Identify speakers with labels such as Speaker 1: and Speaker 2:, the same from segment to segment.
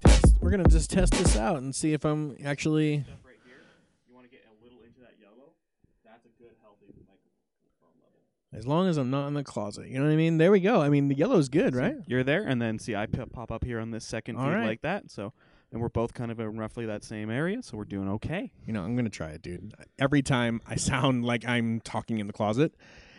Speaker 1: Test. We're gonna just test this out and see if I'm actually.
Speaker 2: stuff right here. You want to get a little into that yellow. That's a good healthy microphone level.
Speaker 1: As long as I'm not in the closet, you know what I mean. There we go. I mean, the yellow's good, right?
Speaker 2: You're there, and then see I p- pop up here on this second
Speaker 1: All
Speaker 2: feed
Speaker 1: right.
Speaker 2: like that. So, and we're both kind of in roughly that same area, so we're doing okay.
Speaker 1: You know, I'm gonna try it, dude. Every time I sound like I'm talking in the closet,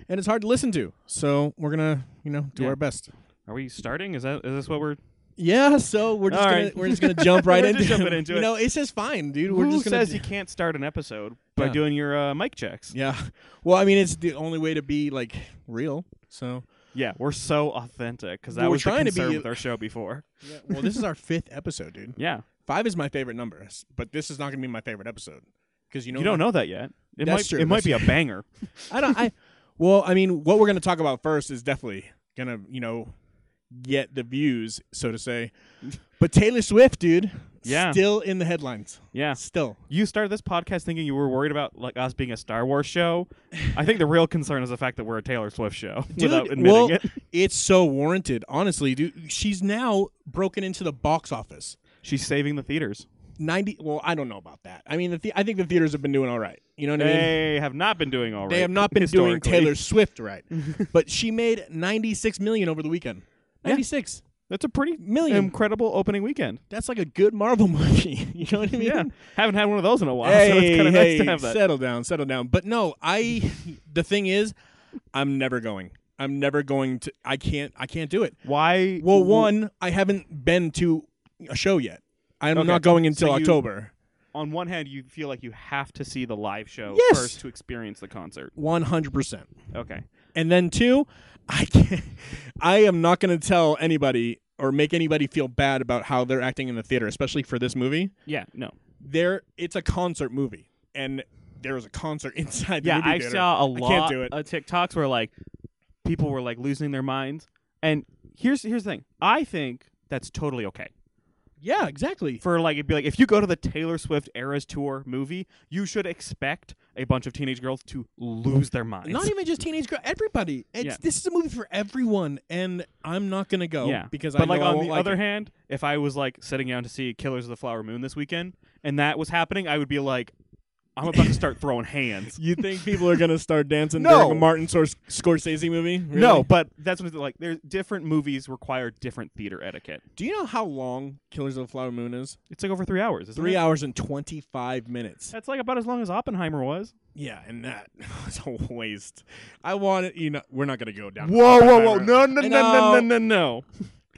Speaker 1: and it's hard to listen to. So we're gonna, you know, do
Speaker 2: Yeah.
Speaker 1: our best.
Speaker 2: Are we starting? Is that is this what we're?
Speaker 1: Yeah. So we're just
Speaker 2: All
Speaker 1: gonna
Speaker 2: right.
Speaker 1: we're just gonna jump right
Speaker 2: We're
Speaker 1: into,
Speaker 2: just jumping into
Speaker 1: you
Speaker 2: it.
Speaker 1: know, it's just fine, dude.
Speaker 2: Who
Speaker 1: We're just gonna
Speaker 2: says
Speaker 1: do-
Speaker 2: you can't start an episode by
Speaker 1: Yeah.
Speaker 2: doing your uh, mic checks?
Speaker 1: Yeah. Well, I mean, it's the only way to be like real. So.
Speaker 2: Yeah, we're so authentic because that
Speaker 1: Well, we're
Speaker 2: was
Speaker 1: trying
Speaker 2: the
Speaker 1: to be-
Speaker 2: concern with our show before.
Speaker 1: Yeah. Well, this is our fifth episode, dude.
Speaker 2: Yeah,
Speaker 1: Five is my favorite number, s- but this is not gonna be my favorite episode because you know
Speaker 2: you don't know that yet. It
Speaker 1: That's
Speaker 2: might
Speaker 1: true,
Speaker 2: it might
Speaker 1: that's
Speaker 2: be a banger.
Speaker 1: I don't. I well, I mean, what we're gonna talk about first is definitely gonna you know get the views, so to say. But Taylor Swift, dude,
Speaker 2: Yeah.
Speaker 1: still in the headlines,
Speaker 2: Yeah,
Speaker 1: still.
Speaker 2: you started this podcast thinking you were worried about like us being a Star Wars show. I think the real concern is the fact that we're a Taylor Swift show without
Speaker 1: Dude,
Speaker 2: admitting
Speaker 1: well,
Speaker 2: it.
Speaker 1: it's so warranted, honestly, dude. She's now broken into the box office.
Speaker 2: She's saving the theaters.
Speaker 1: Ninety. Well, I don't know about that. I mean, the the- I think the theaters have been doing all right. You know what I mean?
Speaker 2: They have not been doing all right.
Speaker 1: They have not been doing
Speaker 2: historically.
Speaker 1: Taylor Swift right, but she made ninety six million over the weekend.
Speaker 2: Yeah.
Speaker 1: Ninety six.
Speaker 2: That's a pretty
Speaker 1: Million.
Speaker 2: incredible opening weekend.
Speaker 1: That's like a good Marvel movie. you know what I mean?
Speaker 2: Yeah, haven't had one of those in a while,
Speaker 1: Hey,
Speaker 2: so it's kind of
Speaker 1: hey,
Speaker 2: nice to have that.
Speaker 1: settle down, settle down. But no, I. the thing is, I'm never going. I'm never going to. I can't. I can't do it.
Speaker 2: Why?
Speaker 1: Well, one, I haven't been to a show yet. I'm
Speaker 2: Okay.
Speaker 1: not going until
Speaker 2: So you-
Speaker 1: October.
Speaker 2: on one hand, you feel like you have to see the live show
Speaker 1: Yes.
Speaker 2: first to experience the concert.
Speaker 1: One hundred percent.
Speaker 2: Okay.
Speaker 1: And then two, I can't, I am not going to tell anybody or make anybody feel bad about how they're acting in the theater, especially for this movie.
Speaker 2: Yeah. No.
Speaker 1: There, it's a concert movie, and there is a concert inside the
Speaker 2: Yeah,
Speaker 1: movie
Speaker 2: I
Speaker 1: theater.
Speaker 2: saw a
Speaker 1: can't
Speaker 2: lot
Speaker 1: do it.
Speaker 2: of TikToks where like people were like losing their minds. And here's here's the thing. I think that's totally okay.
Speaker 1: yeah, exactly.
Speaker 2: For like it'd be like if you go to the Taylor Swift Eras Tour movie, you should expect a bunch of teenage girls to lose their minds.
Speaker 1: Not even just teenage girl, everybody. It's,
Speaker 2: Yeah.
Speaker 1: This is a movie for everyone, and I'm not going to go
Speaker 2: yeah,
Speaker 1: because
Speaker 2: but
Speaker 1: I know
Speaker 2: like
Speaker 1: I
Speaker 2: on
Speaker 1: won't
Speaker 2: the
Speaker 1: like
Speaker 2: other
Speaker 1: it.
Speaker 2: hand, if I was like sitting down to see Killers of the Flower Moon this weekend, and that was happening, I would be like, I'm about to start throwing hands.
Speaker 1: You think people are going to start dancing
Speaker 2: No.
Speaker 1: during a Martin Scors- Scorsese movie? Really?
Speaker 2: No, but that's what it's like. There's different movies require different theater etiquette.
Speaker 1: Do you know how long Killers of the Flower Moon is?
Speaker 2: It's like over three hours. Isn't
Speaker 1: Three
Speaker 2: it?
Speaker 1: hours and 25 minutes.
Speaker 2: That's like about as long as Oppenheimer was.
Speaker 1: Yeah, and that was a waste. I want it. You know, we're not gonna go down.
Speaker 2: no,
Speaker 1: I know.
Speaker 2: no, no.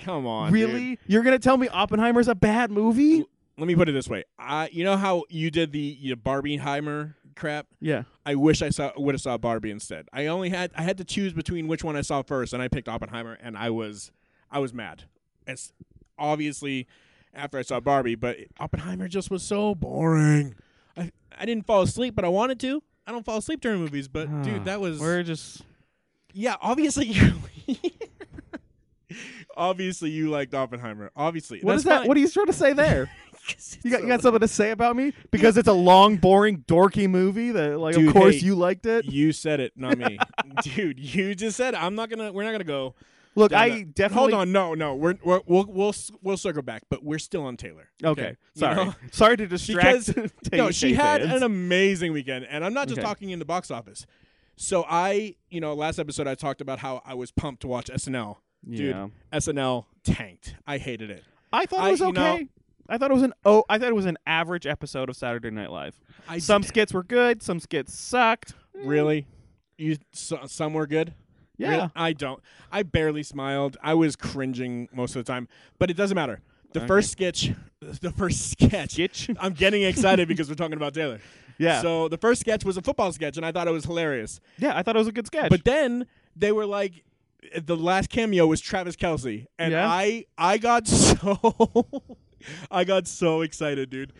Speaker 1: Come on, dude.
Speaker 2: Really? You're gonna tell me Oppenheimer's a bad movie?
Speaker 1: Let me put it this way. I, you know how you did the you know, Barbieheimer crap.
Speaker 2: Yeah.
Speaker 1: I wish I saw would have saw Barbie instead. I only had I had to choose between which one I saw first, and I picked Oppenheimer, and I was I was mad. It's obviously after I saw Barbie, but Oppenheimer just was so boring. I I didn't fall asleep, but I wanted to. I don't fall asleep during movies, but
Speaker 2: Ah,
Speaker 1: dude, that was
Speaker 2: We're just
Speaker 1: Yeah, obviously you. obviously you liked Oppenheimer. Obviously,
Speaker 2: What is that? What are you trying to say there? you got you got something to say about me? Because it's a long, boring, dorky movie that like
Speaker 1: Dude,
Speaker 2: of course
Speaker 1: hey,
Speaker 2: you liked it.
Speaker 1: You said it, not me, dude. You just said it. I'm not gonna. We're not gonna go.
Speaker 2: Look,
Speaker 1: down
Speaker 2: I
Speaker 1: that-
Speaker 2: definitely
Speaker 1: Hold on, no, no. We're, we're we'll we'll s- we'll circle back, but we're still on Taylor.
Speaker 2: Okay.
Speaker 1: You
Speaker 2: Sorry.
Speaker 1: know?
Speaker 2: Sorry to distract.
Speaker 1: Because no, she had
Speaker 2: fans.
Speaker 1: an amazing weekend, and I'm not just
Speaker 2: Okay.
Speaker 1: talking in the box office. So I, you know, last episode I talked about how I was pumped to watch SNL. Dude,
Speaker 2: Yeah.
Speaker 1: SNL tanked. I hated it.
Speaker 2: I thought
Speaker 1: I-
Speaker 2: it was
Speaker 1: you
Speaker 2: okay.
Speaker 1: know-
Speaker 2: I thought it was an oh, I thought it was an average episode of Saturday Night Live.
Speaker 1: I
Speaker 2: some skits were good, some skits sucked.
Speaker 1: Really? You so, some were good.
Speaker 2: Mm. Yeah.
Speaker 1: Really? I don't. I barely smiled. I was cringing most of the time, but it doesn't matter. The
Speaker 2: Okay.
Speaker 1: first sketch, the first sketch.
Speaker 2: Sketch.
Speaker 1: I'm getting excited because we're talking about Taylor.
Speaker 2: Yeah.
Speaker 1: So the first sketch was a football sketch, and I thought it was hilarious.
Speaker 2: yeah, I thought it was a good sketch.
Speaker 1: But then they were like, the last cameo was Travis Kelsey, and
Speaker 2: Yeah?
Speaker 1: I I got so I got so excited, dude,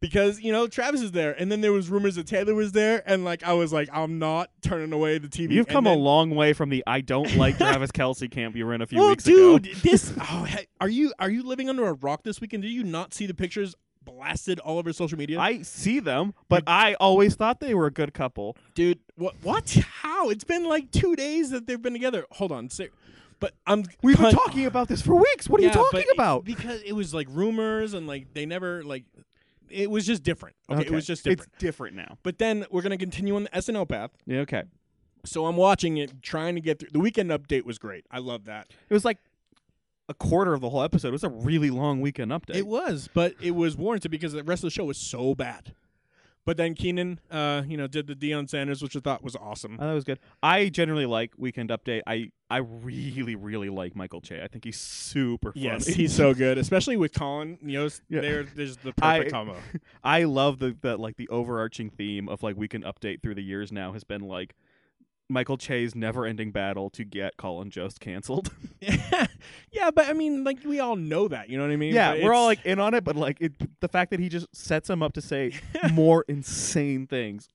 Speaker 1: because you know Travis is there, and then there was rumors that Taylor was there, and like I was like, I'm not turning away the TV.
Speaker 2: You've
Speaker 1: And
Speaker 2: come a
Speaker 1: then-
Speaker 2: long way from the I don't like Travis Kelsey camp you were in a few
Speaker 1: Well,
Speaker 2: weeks
Speaker 1: dude,
Speaker 2: ago.
Speaker 1: this oh, hey, are you are you living under a rock this weekend? Did you not see the pictures blasted all over social media?
Speaker 2: I see them, but I always thought they were a good couple.
Speaker 1: dude, what what? How? It's been like two days that they've been together. Hold on, ser- But I'm
Speaker 3: We've been
Speaker 1: con-
Speaker 3: talking about this for weeks. What are
Speaker 1: Yeah,
Speaker 3: you
Speaker 1: but
Speaker 3: talking
Speaker 1: it-
Speaker 3: about?
Speaker 1: because it was like rumors and like they never like it was just different. Okay, it
Speaker 3: Okay.
Speaker 1: was just different.
Speaker 2: It's different now.
Speaker 1: but then we're gonna continue on the SNL path.
Speaker 2: Yeah, okay.
Speaker 1: So I'm watching it, trying to get through. The weekend update was great. I love that.
Speaker 2: It was like a quarter of the whole episode. It was a really long weekend update.
Speaker 1: It was, but it was warranted because the rest of the show was so bad. But then Keenan, uh, you know, did the Deion Sanders, which I thought was awesome.
Speaker 2: I thought it was good. I generally like Weekend Update. I I really really like Michael Che. I think he's super funny.
Speaker 1: Yes, he's so good, especially with Colin. You know, s-
Speaker 2: Yeah.
Speaker 1: there, there's the
Speaker 2: I-
Speaker 1: perfect combo.
Speaker 2: I love the, the like the overarching theme of like Weekend Update through the years now has been like Michael Che's never-ending battle to get Colin Jost canceled.
Speaker 1: yeah, but I mean, like we all know that. You know what I mean?
Speaker 2: yeah,
Speaker 1: But
Speaker 2: we're all
Speaker 1: it's-
Speaker 2: like in on it, but like it, the fact that he just sets him up to say more insane things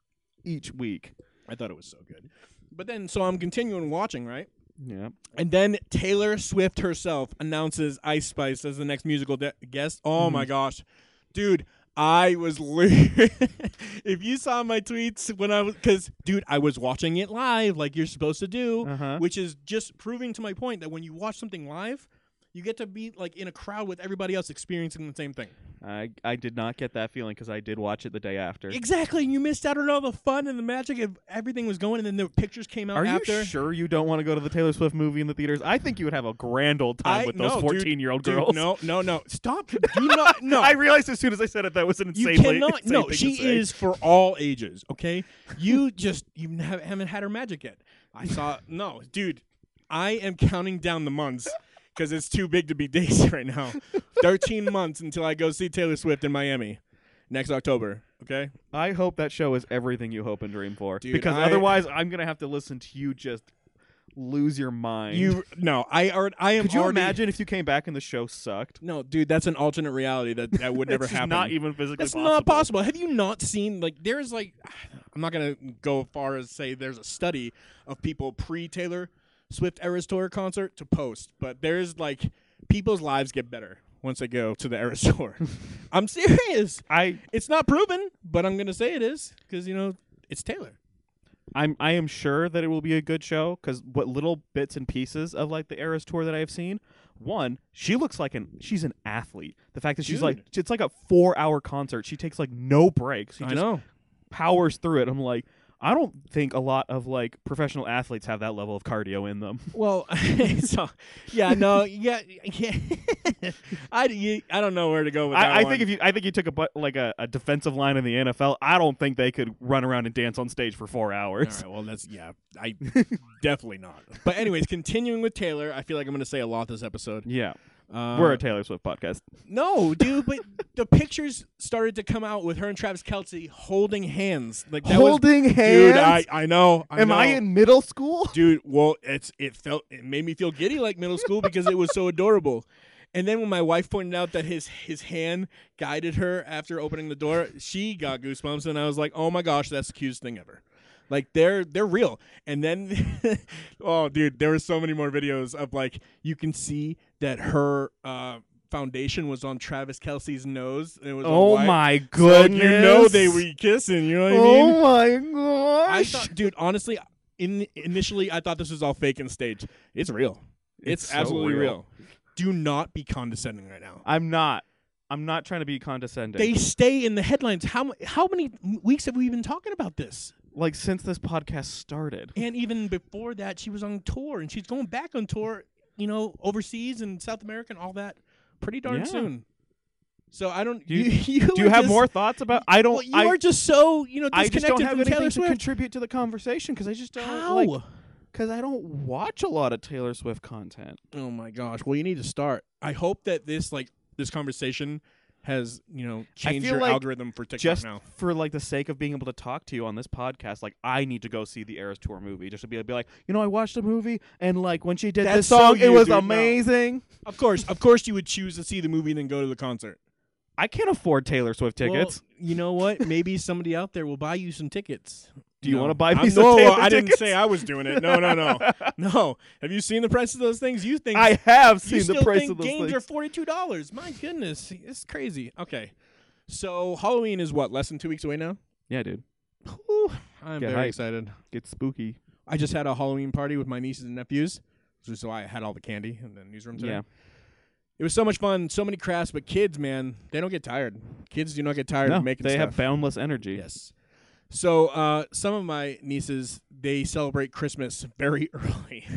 Speaker 2: each week.
Speaker 1: I thought it was so good. But then, so I'm continuing watching, right?
Speaker 2: Yeah,
Speaker 1: And then Taylor Swift herself announces Ice Spice as the next musical de- guest. Oh
Speaker 2: Mm-hmm.
Speaker 1: my gosh, dude, I was. lo- if you saw my tweets when I was, because dude, I was watching it live, like you're supposed to do,
Speaker 2: Uh-huh.
Speaker 1: which is just proving to my point that when you watch something live, you get to be like in a crowd with everybody else experiencing the same thing.
Speaker 2: I I did not get that feeling because I did watch it the day after.
Speaker 1: Exactly, and you missed out on all the fun and the magic of everything was going, and then the pictures came out
Speaker 2: Are
Speaker 1: after.
Speaker 2: you sure you don't want to go to the Taylor Swift movie in the theaters? I think you would have a grand old time
Speaker 1: I-
Speaker 2: with those
Speaker 1: no, dude,
Speaker 2: fourteen-year-old
Speaker 1: dude,
Speaker 2: girls.
Speaker 1: no, no, no! Stop! Do not, no,
Speaker 2: I realized as soon as I said it that was an
Speaker 1: You
Speaker 2: insane.
Speaker 1: cannot. no, she is for all ages. Okay, you just you n- haven't had her magic yet. I saw. No, dude, I am counting down the months because it's too big to be days right now. Thirteen months until I go see Taylor Swift in Miami next October. Okay,
Speaker 2: I hope that show is everything you hope and dream for,
Speaker 1: Dude,
Speaker 2: because
Speaker 1: I-
Speaker 2: otherwise I'm gonna have to listen to you just lose your mind.
Speaker 1: you no, I are. I am.
Speaker 2: could you
Speaker 1: already-
Speaker 2: imagine if you came back and the show sucked?
Speaker 1: No, dude, that's an alternate reality that that would never
Speaker 2: It's just
Speaker 1: happen.
Speaker 2: Not even physically.
Speaker 1: That's not possible. Have you not seen like there's like I'm not gonna go as far as say there's a study of people pre Taylor Swift Eras Tour concert to post, but there's like people's lives get better once they go to the Eras Tour. I'm serious.
Speaker 2: I
Speaker 1: It's not proven, but I'm gonna say it is because you know it's Taylor.
Speaker 2: I'm I am sure that it will be a good show because what little bits and pieces of like the Eras tour that I have seen, one she looks like an she's an athlete. The fact that she's like it's like a four hour concert. She takes like no breaks. She just
Speaker 1: know.
Speaker 2: powers through it. I'm like I don't think a lot of like professional athletes have that level of cardio in them.
Speaker 1: Well, so yeah, no, yeah, yeah. I, you, I don't know where to go with that.
Speaker 2: I, I
Speaker 1: one.
Speaker 2: think if you I think you took a bu- like a, a defensive line in the NFL, I don't think they could run around and dance on stage for four hours.
Speaker 1: All right, well, that's yeah, I definitely not. But anyways, continuing with Taylor, I feel like I'm going to say a lot this episode.
Speaker 2: Yeah,
Speaker 1: Uh,
Speaker 2: we're a Taylor Swift podcast.
Speaker 1: no, dude, but the pictures started to come out with her and Travis Kelsey holding hands. Like that was, dude. I I know. I
Speaker 3: Am I
Speaker 1: know.
Speaker 3: in middle school?
Speaker 1: dude? Well, it's it felt it made me feel giddy like middle school because it was so adorable. And then when my wife pointed out that his his hand guided her after opening the door, she got goosebumps, and I was like, "Oh my gosh, that's the cutest thing ever!" Like they're they're real. And then, oh dude, there were so many more videos of like you can see that her uh, foundation was on Travis Kelsey's nose. And it was all
Speaker 2: Oh
Speaker 1: white.
Speaker 2: my
Speaker 1: So
Speaker 2: goodness!
Speaker 1: you know they were kissing. You know what I mean?
Speaker 3: Oh my gosh!
Speaker 1: I thought, dude, honestly, in initially I thought this was all fake and staged. It's real. It's,
Speaker 2: It's so
Speaker 1: absolutely real.
Speaker 2: real.
Speaker 1: Do not be condescending right now.
Speaker 2: I'm not. I'm not trying to be condescending.
Speaker 1: They stay in the headlines. How mu- how many weeks have we been talking about this?
Speaker 2: like since this podcast started.
Speaker 1: And even before that, she was on tour, and she's going back on tour. You know, overseas and South America and all that, pretty darn
Speaker 2: Yeah.
Speaker 1: soon. So I don't.
Speaker 2: Do you-
Speaker 1: you,
Speaker 2: Do you
Speaker 1: are
Speaker 2: have
Speaker 1: just-
Speaker 2: more thoughts about? I don't.
Speaker 1: Well, you
Speaker 2: I,
Speaker 1: are just so you know
Speaker 2: I just don't
Speaker 1: disconnected
Speaker 2: have
Speaker 1: from Taylor
Speaker 2: anything to
Speaker 1: Swift.
Speaker 2: contribute to the conversation because I just don't
Speaker 1: How?
Speaker 2: like because I don't watch a lot of Taylor Swift content.
Speaker 1: Oh my gosh. Well, you need to start. I hope that this like this conversation has, you know, changed
Speaker 2: feel
Speaker 1: your
Speaker 2: like
Speaker 1: algorithm for TikTok
Speaker 2: Just
Speaker 1: now.
Speaker 2: for like the sake of being able to talk to you on this podcast, like I need to go see the Eras Tour movie just to be, be like, you know, I watched a movie and like when she did
Speaker 1: That's
Speaker 2: this song,
Speaker 1: so
Speaker 2: it
Speaker 1: you,
Speaker 2: was
Speaker 1: dude, no.
Speaker 2: amazing.
Speaker 1: Of course, of course you would choose to see the movie and then go to the concert.
Speaker 2: I can't afford Taylor Swift tickets.
Speaker 1: you know what? Maybe somebody out there will buy you some tickets.
Speaker 2: Do you
Speaker 1: No.
Speaker 2: want to buy me
Speaker 1: I'm-
Speaker 2: some
Speaker 1: no,
Speaker 2: Taylor
Speaker 1: I didn't
Speaker 2: tickets?
Speaker 1: say I was doing it. No, no, no. no. Have you seen the price of those things? You think
Speaker 2: I have
Speaker 1: you
Speaker 2: seen
Speaker 1: still
Speaker 2: the price
Speaker 1: think
Speaker 2: of those
Speaker 1: games
Speaker 2: things.
Speaker 1: are forty-two dollars? My goodness, it's crazy. Okay, so Halloween is what less than two weeks away now.
Speaker 2: yeah, dude,
Speaker 1: Whew, I'm
Speaker 2: Get
Speaker 1: very
Speaker 2: hype.
Speaker 1: excited.
Speaker 2: get spooky.
Speaker 1: I just had a Halloween party with my nieces and nephews. So, so I had all the candy in the newsroom today.
Speaker 2: Yeah.
Speaker 1: It was so much fun, so many crafts, but kids, man, they don't get tired. Kids do not get tired
Speaker 2: No,
Speaker 1: of making
Speaker 2: they
Speaker 1: stuff.
Speaker 2: have boundless energy.
Speaker 1: Yes. So uh, some of my nieces they celebrate Christmas very early.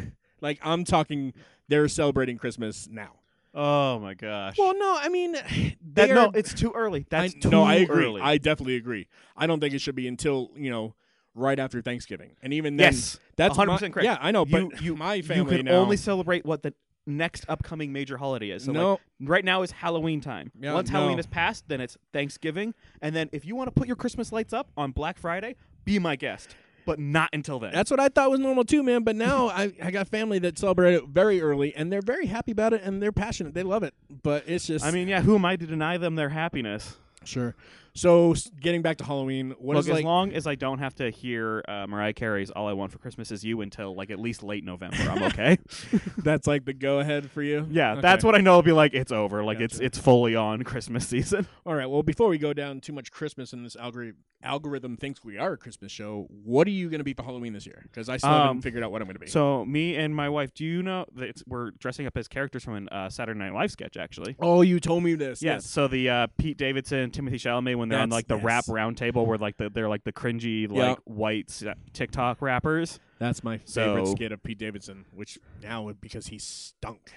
Speaker 1: like I'm talking, they're celebrating Christmas now.
Speaker 2: Oh my gosh.
Speaker 1: Well, no, I mean,
Speaker 2: that,
Speaker 1: they're,
Speaker 2: no, it's too early. That's
Speaker 1: I,
Speaker 2: too
Speaker 1: no, I agree.
Speaker 2: early.
Speaker 1: I definitely agree. I don't think it should be until you know right after Thanksgiving, and even then,
Speaker 2: yes,
Speaker 1: that's my-
Speaker 2: 100% correct.
Speaker 1: Yeah, I know, but
Speaker 2: You- you-
Speaker 1: my
Speaker 2: you
Speaker 1: family
Speaker 2: can
Speaker 1: now.
Speaker 2: only celebrate what the next upcoming major holiday is. So
Speaker 1: no,
Speaker 2: like, right now is Halloween time.
Speaker 1: Yeah,
Speaker 2: Once
Speaker 1: no.
Speaker 2: Halloween is passed, then it's Thanksgiving, and then if you want to put your Christmas lights up on Black Friday, be my guest, but not until then.
Speaker 1: That's what I thought was normal too, man. But now I, I got family that celebrate it very early, and they're very happy about it, and they're passionate. They love it. But it's just,
Speaker 2: I mean, yeah, who am I to deny them their happiness?
Speaker 1: sure. So s- getting back to Halloween, what
Speaker 2: Look,
Speaker 1: is
Speaker 2: as
Speaker 1: like?
Speaker 2: long as I don't have to hear uh, Mariah Carey's "All I Want for Christmas Is You" until like at least late November, I'm okay.
Speaker 1: that's like the go ahead for you.
Speaker 2: yeah,
Speaker 1: Okay.
Speaker 2: that's what I know. Will be like it's over. Like it's
Speaker 1: Gotcha.
Speaker 2: it's fully on Christmas season.
Speaker 1: All right. Well, before we go down too much Christmas and this algorithm algorithm thinks we are a Christmas show, what are you going to be for Halloween this year? Because I still
Speaker 2: Um,
Speaker 1: haven't figured out what I'm going to be.
Speaker 2: So me and my wife, do you know that it's, we're dressing up as characters from an uh, Saturday Night Live sketch actually?
Speaker 1: oh, you told me this.
Speaker 2: Yeah, so the uh, Pete Davidson, Timothy Chalamet, when they're on
Speaker 1: That's-
Speaker 2: like the
Speaker 1: yes.
Speaker 2: rap round table, where like the, they're like the cringy
Speaker 1: Yeah.
Speaker 2: like white s- TikTok rappers.
Speaker 1: that's my favorite
Speaker 2: So-
Speaker 1: skit of Pete Davidson, which now because he stunk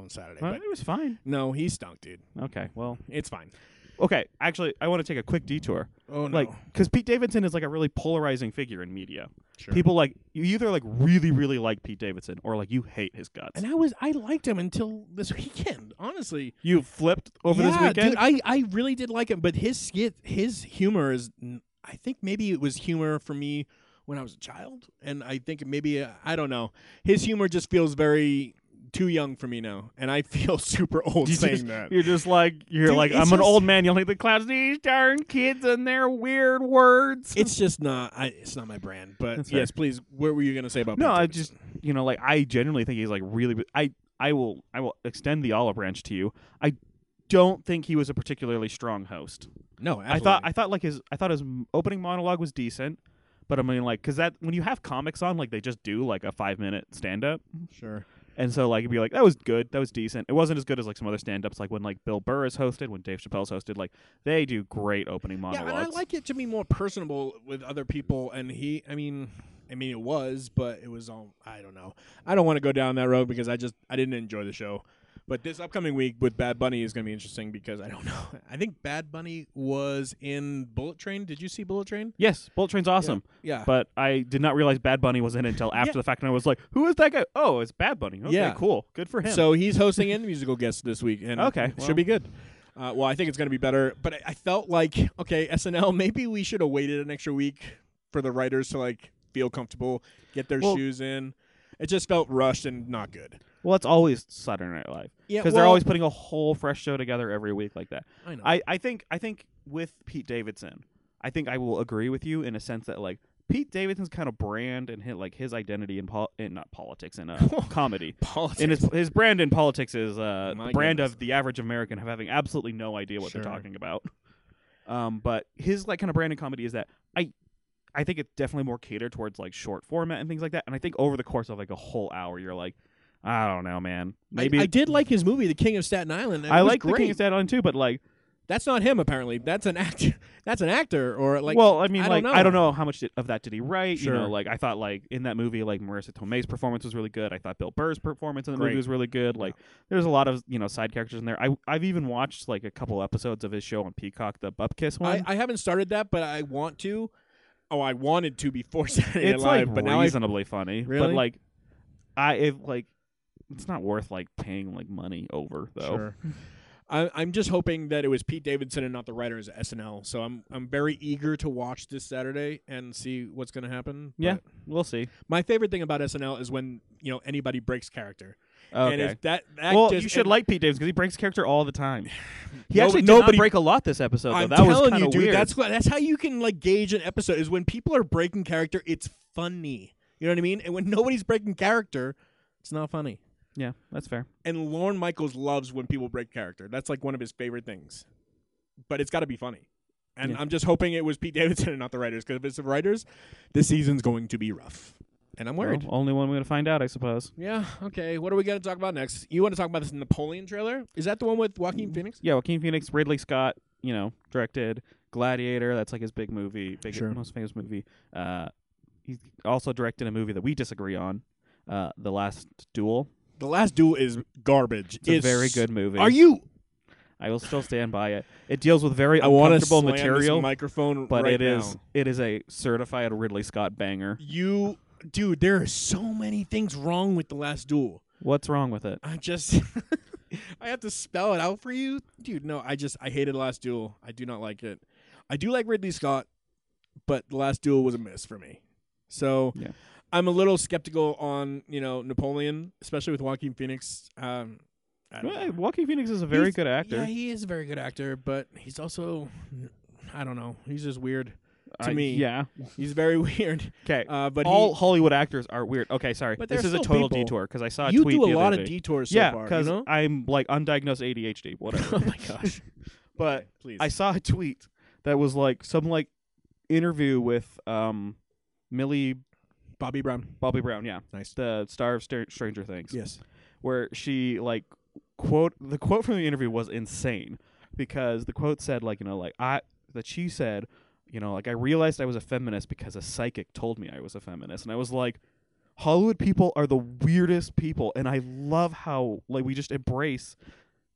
Speaker 1: on Saturday.
Speaker 2: Well,
Speaker 1: But
Speaker 2: it was fine.
Speaker 1: no, he stunk, dude.
Speaker 2: Okay, well,
Speaker 1: It's fine.
Speaker 2: okay. Actually, I want to take a quick detour,
Speaker 1: Oh no.
Speaker 2: like because Pete Davidson is like a really polarizing figure in media.
Speaker 1: Sure.
Speaker 2: People like you either like really really like Pete Davidson or like you hate his guts.
Speaker 1: And I was I liked him until this weekend. Honestly,
Speaker 2: You flipped over this
Speaker 1: Yeah,
Speaker 2: weekend.
Speaker 1: dude, I I really did like him, but his skit, his humor is. n- I think maybe it was humor for me when I was a child, and I think maybe uh, I don't know. His humor just feels very too young for me now, and I feel super old
Speaker 2: You
Speaker 1: saying
Speaker 2: just-
Speaker 1: that.
Speaker 2: You're just like you're
Speaker 1: Dude,
Speaker 2: like I'm
Speaker 1: it's
Speaker 2: an
Speaker 1: just-
Speaker 2: old man yelling at the clouds. These darn kids and their weird words.
Speaker 1: It's just not. I, it's not my brand. But
Speaker 2: That's fair.
Speaker 1: yes, please. What were you gonna say about?
Speaker 2: no,
Speaker 1: Pete
Speaker 2: I
Speaker 1: Davidson?
Speaker 2: just you know like I genuinely think he's like really. I I will I will extend the olive branch to you. I don't think he was a particularly strong host.
Speaker 1: no.
Speaker 2: I thought
Speaker 1: absolutely.
Speaker 2: I thought like his I thought his m- opening monologue was decent. But I mean, like, cause that when you have comics on, like, they just do like a five minute stand up,
Speaker 1: sure.
Speaker 2: and so like it'd be like that was good, that was decent. It wasn't as good as like some other stand ups, like when like Bill Burr is hosted, when Dave Chappelle's hosted, like they do great opening
Speaker 1: Yeah,
Speaker 2: monologues.
Speaker 1: and I like it to be more personable with other people. And he, I mean, I mean, it was, but it was on. I don't know. I don't want to go down that road because I just I didn't enjoy the show. But this upcoming week with Bad Bunny is going to be interesting because I don't know. I think Bad Bunny was in Bullet Train. Did you see Bullet Train?
Speaker 2: Yes, Bullet Train's awesome.
Speaker 1: Yeah.
Speaker 2: But I did not realize Bad Bunny was in it until after
Speaker 1: Yeah.
Speaker 2: the fact, and I was like, "Who is that guy? Oh, it's Bad Bunny. Okay,
Speaker 1: Yeah.
Speaker 2: cool, good for him."
Speaker 1: So he's hosting and musical guest this week, and
Speaker 2: Okay,
Speaker 1: it
Speaker 2: well.
Speaker 1: should be good. Uh, well, I think it's going to be better, but I, I felt like okay, SNL. Maybe we should have waited an extra week for the writers to like feel comfortable, get their
Speaker 2: Well-
Speaker 1: shoes in. It just felt rushed and not good.
Speaker 2: well, it's always Saturday Night Live
Speaker 1: Yeah,
Speaker 2: because they're always putting a whole fresh show together every week like that.
Speaker 1: I know.
Speaker 2: I, I think I think with Pete Davidson, I think I will agree with you in a sense that like Pete Davidson's kind of brand and his, like his identity in pol- in not politics and uh, comedy.
Speaker 1: Politics.
Speaker 2: And his, his brand in politics is uh,
Speaker 1: Oh My
Speaker 2: the brand
Speaker 1: goodness.
Speaker 2: of the average American of having absolutely no idea what
Speaker 1: Sure.
Speaker 2: they're talking about. Um, but his like kind of brand in comedy is that I, I think it's definitely more catered towards like short format and things like that. And I think over the course of like a whole hour, you're like, I don't know, man. Maybe
Speaker 1: I, did like his movie, The King of Staten Island. It
Speaker 2: I
Speaker 1: was
Speaker 2: like the
Speaker 1: great.
Speaker 2: King of Staten Island too, but like,
Speaker 1: That's not him apparently. That's an actor. That's an actor or like.
Speaker 2: well, I mean,
Speaker 1: I
Speaker 2: like,
Speaker 1: don't know.
Speaker 2: I don't know how much did, of that did he write. You
Speaker 1: Sure.
Speaker 2: know, like I thought, like in that movie, like Marissa Tomei's performance was really good. I thought Bill Burr's performance in the
Speaker 1: Great.
Speaker 2: movie was really good. Like, there's a lot of you know side characters in there. I I've even watched like a couple episodes of his show on Peacock, the Bupkiss one.
Speaker 1: I, I haven't started that, but I want to. Oh, I wanted to before Saturday Night
Speaker 2: it's
Speaker 1: Live,
Speaker 2: like
Speaker 1: but now I
Speaker 2: reasonably funny,
Speaker 1: Really?
Speaker 2: but like, I if like, it's not worth like paying like money over though.
Speaker 1: Sure. I, I'm just hoping that it was Pete Davidson and not the writers at SNL. So I'm I'm very eager to watch this Saturday and see what's going to happen.
Speaker 2: Yeah,
Speaker 1: But
Speaker 2: we'll see.
Speaker 1: my favorite thing about SNL is when you know anybody breaks character. And
Speaker 2: Okay.
Speaker 1: if that, that
Speaker 2: Well,
Speaker 1: just,
Speaker 2: you should
Speaker 1: and
Speaker 2: like Pete Davidson because he breaks character all the time. He
Speaker 1: No-
Speaker 2: actually did
Speaker 1: nobody-
Speaker 2: not break a lot this episode. Though.
Speaker 1: I'm
Speaker 2: that was
Speaker 1: telling
Speaker 2: kind
Speaker 1: you,
Speaker 2: of
Speaker 1: dude.
Speaker 2: weird.
Speaker 1: That's what, that's how you can like gauge an episode is when people are breaking character. It's funny. You know what I mean? And when nobody's breaking character, it's not funny.
Speaker 2: yeah, that's fair.
Speaker 1: And Lorne Michaels loves when people break character. That's like one of his favorite things. But it's got to be funny. And
Speaker 2: Yeah.
Speaker 1: I'm just hoping it was Pete Davidson and not the writers, because if it's the writers, this season's going to be rough. and I'm worried.
Speaker 2: Well, only one we're gonna find out, I suppose.
Speaker 1: Oh, Yeah. Okay. What are we gonna talk about next? You want to talk about this Napoleon trailer? Is that the one with Joaquin Phoenix?
Speaker 2: Yeah, Joaquin Phoenix, Ridley Scott, you know, directed Gladiator. That's like his big movie, big
Speaker 1: Sure.
Speaker 2: most famous movie. Uh, he also directed a movie that we disagree on, uh, The Last Duel.
Speaker 1: The Last Duel is garbage.
Speaker 2: It's, a very good movie.
Speaker 1: Are you?
Speaker 2: I will still stand by it. It deals with very
Speaker 1: I want to
Speaker 2: uncomfortable
Speaker 1: slam
Speaker 2: material,
Speaker 1: this microphone,
Speaker 2: but
Speaker 1: right
Speaker 2: it is
Speaker 1: now.
Speaker 2: it is a certified Ridley Scott banger.
Speaker 1: you, dude. There are so many things wrong with The Last Duel.
Speaker 2: What's wrong with it?
Speaker 1: I just, I have to spell it out for you, dude. No, I just, I hated The Last Duel. I do not like it. I do like Ridley Scott, but The Last Duel was a miss for me. So,
Speaker 2: Yeah.
Speaker 1: I'm a little skeptical on you know Napoleon, especially with Joaquin Phoenix. Um, I don't
Speaker 2: Well,
Speaker 1: know.
Speaker 2: Joaquin Phoenix is a very
Speaker 1: He's-
Speaker 2: good actor.
Speaker 1: Yeah, he is a very good actor, but he's also, I don't know, he's just weird. to
Speaker 2: I-
Speaker 1: me.
Speaker 2: yeah.
Speaker 1: He's very weird.
Speaker 2: Okay.
Speaker 1: Uh, but
Speaker 2: all
Speaker 1: he,
Speaker 2: Hollywood actors are weird. Okay, sorry.
Speaker 1: But there
Speaker 2: this
Speaker 1: are
Speaker 2: is a
Speaker 1: still
Speaker 2: total
Speaker 1: people-
Speaker 2: detour because I saw a
Speaker 1: you
Speaker 2: tweet
Speaker 1: do
Speaker 2: the
Speaker 1: a
Speaker 2: other
Speaker 1: lot of
Speaker 2: day.
Speaker 1: detours so
Speaker 2: yeah,
Speaker 1: far.
Speaker 2: because
Speaker 1: you know?
Speaker 2: I'm like undiagnosed ADHD, whatever.
Speaker 1: oh my gosh.
Speaker 2: but
Speaker 1: Please.
Speaker 2: I saw a tweet that was like some like interview with um Millie
Speaker 1: Bobby Brown.
Speaker 2: Bobby Brown, yeah,
Speaker 1: Nice.
Speaker 2: the star of Star- Stranger Things,
Speaker 1: Yes.
Speaker 2: where she like quote the quote from the interview was insane because the quote said like you know like I that she said you know like I realized I was a feminist because a psychic told me I was a feminist and I was like Hollywood people are the weirdest people and I love how like we just embrace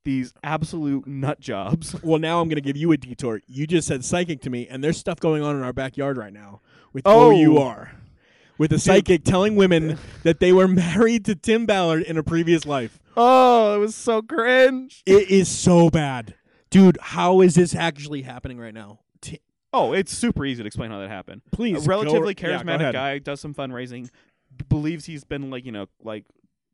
Speaker 2: these absolute nut jobs.
Speaker 1: Well, now I'm going to give you a detour. You just said psychic to me, and there's stuff going on in our backyard right now with
Speaker 2: Oh.
Speaker 1: OUR. With a psychic telling women that they were married to Tim Ballard in a previous life.
Speaker 2: Oh, it was so cringe.
Speaker 1: It is so bad. Dude, how is this actually happening right now? T-
Speaker 2: Oh, it's super easy to explain how that happened.
Speaker 1: please.
Speaker 2: a
Speaker 1: go-
Speaker 2: relatively
Speaker 1: yeah, go
Speaker 2: charismatic
Speaker 1: ahead.
Speaker 2: guy does some fundraising, b- believes he's been like you know like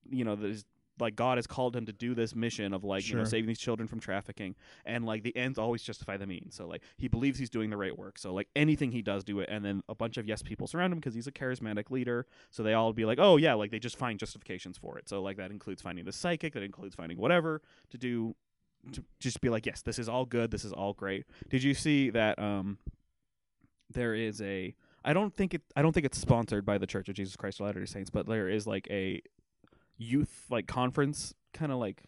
Speaker 2: you know there's like God has called him to do this mission of like you know
Speaker 1: Sure.
Speaker 2: saving these children from trafficking, and like the ends always justify the means. So like he believes he's doing the right work. So like anything he does, do it. And then a bunch of yes people surround him because he's a charismatic leader. So they all be like, oh yeah, like they just find justifications for it. So like that includes finding the psychic, that includes finding whatever to do. To just be like, yes, this is all good. This is all great. Did you see that? Um, there is a I don't think it I don't think it's sponsored by the Church of Jesus Christ of Latter-day Saints, but there is like a youth like conference kind of like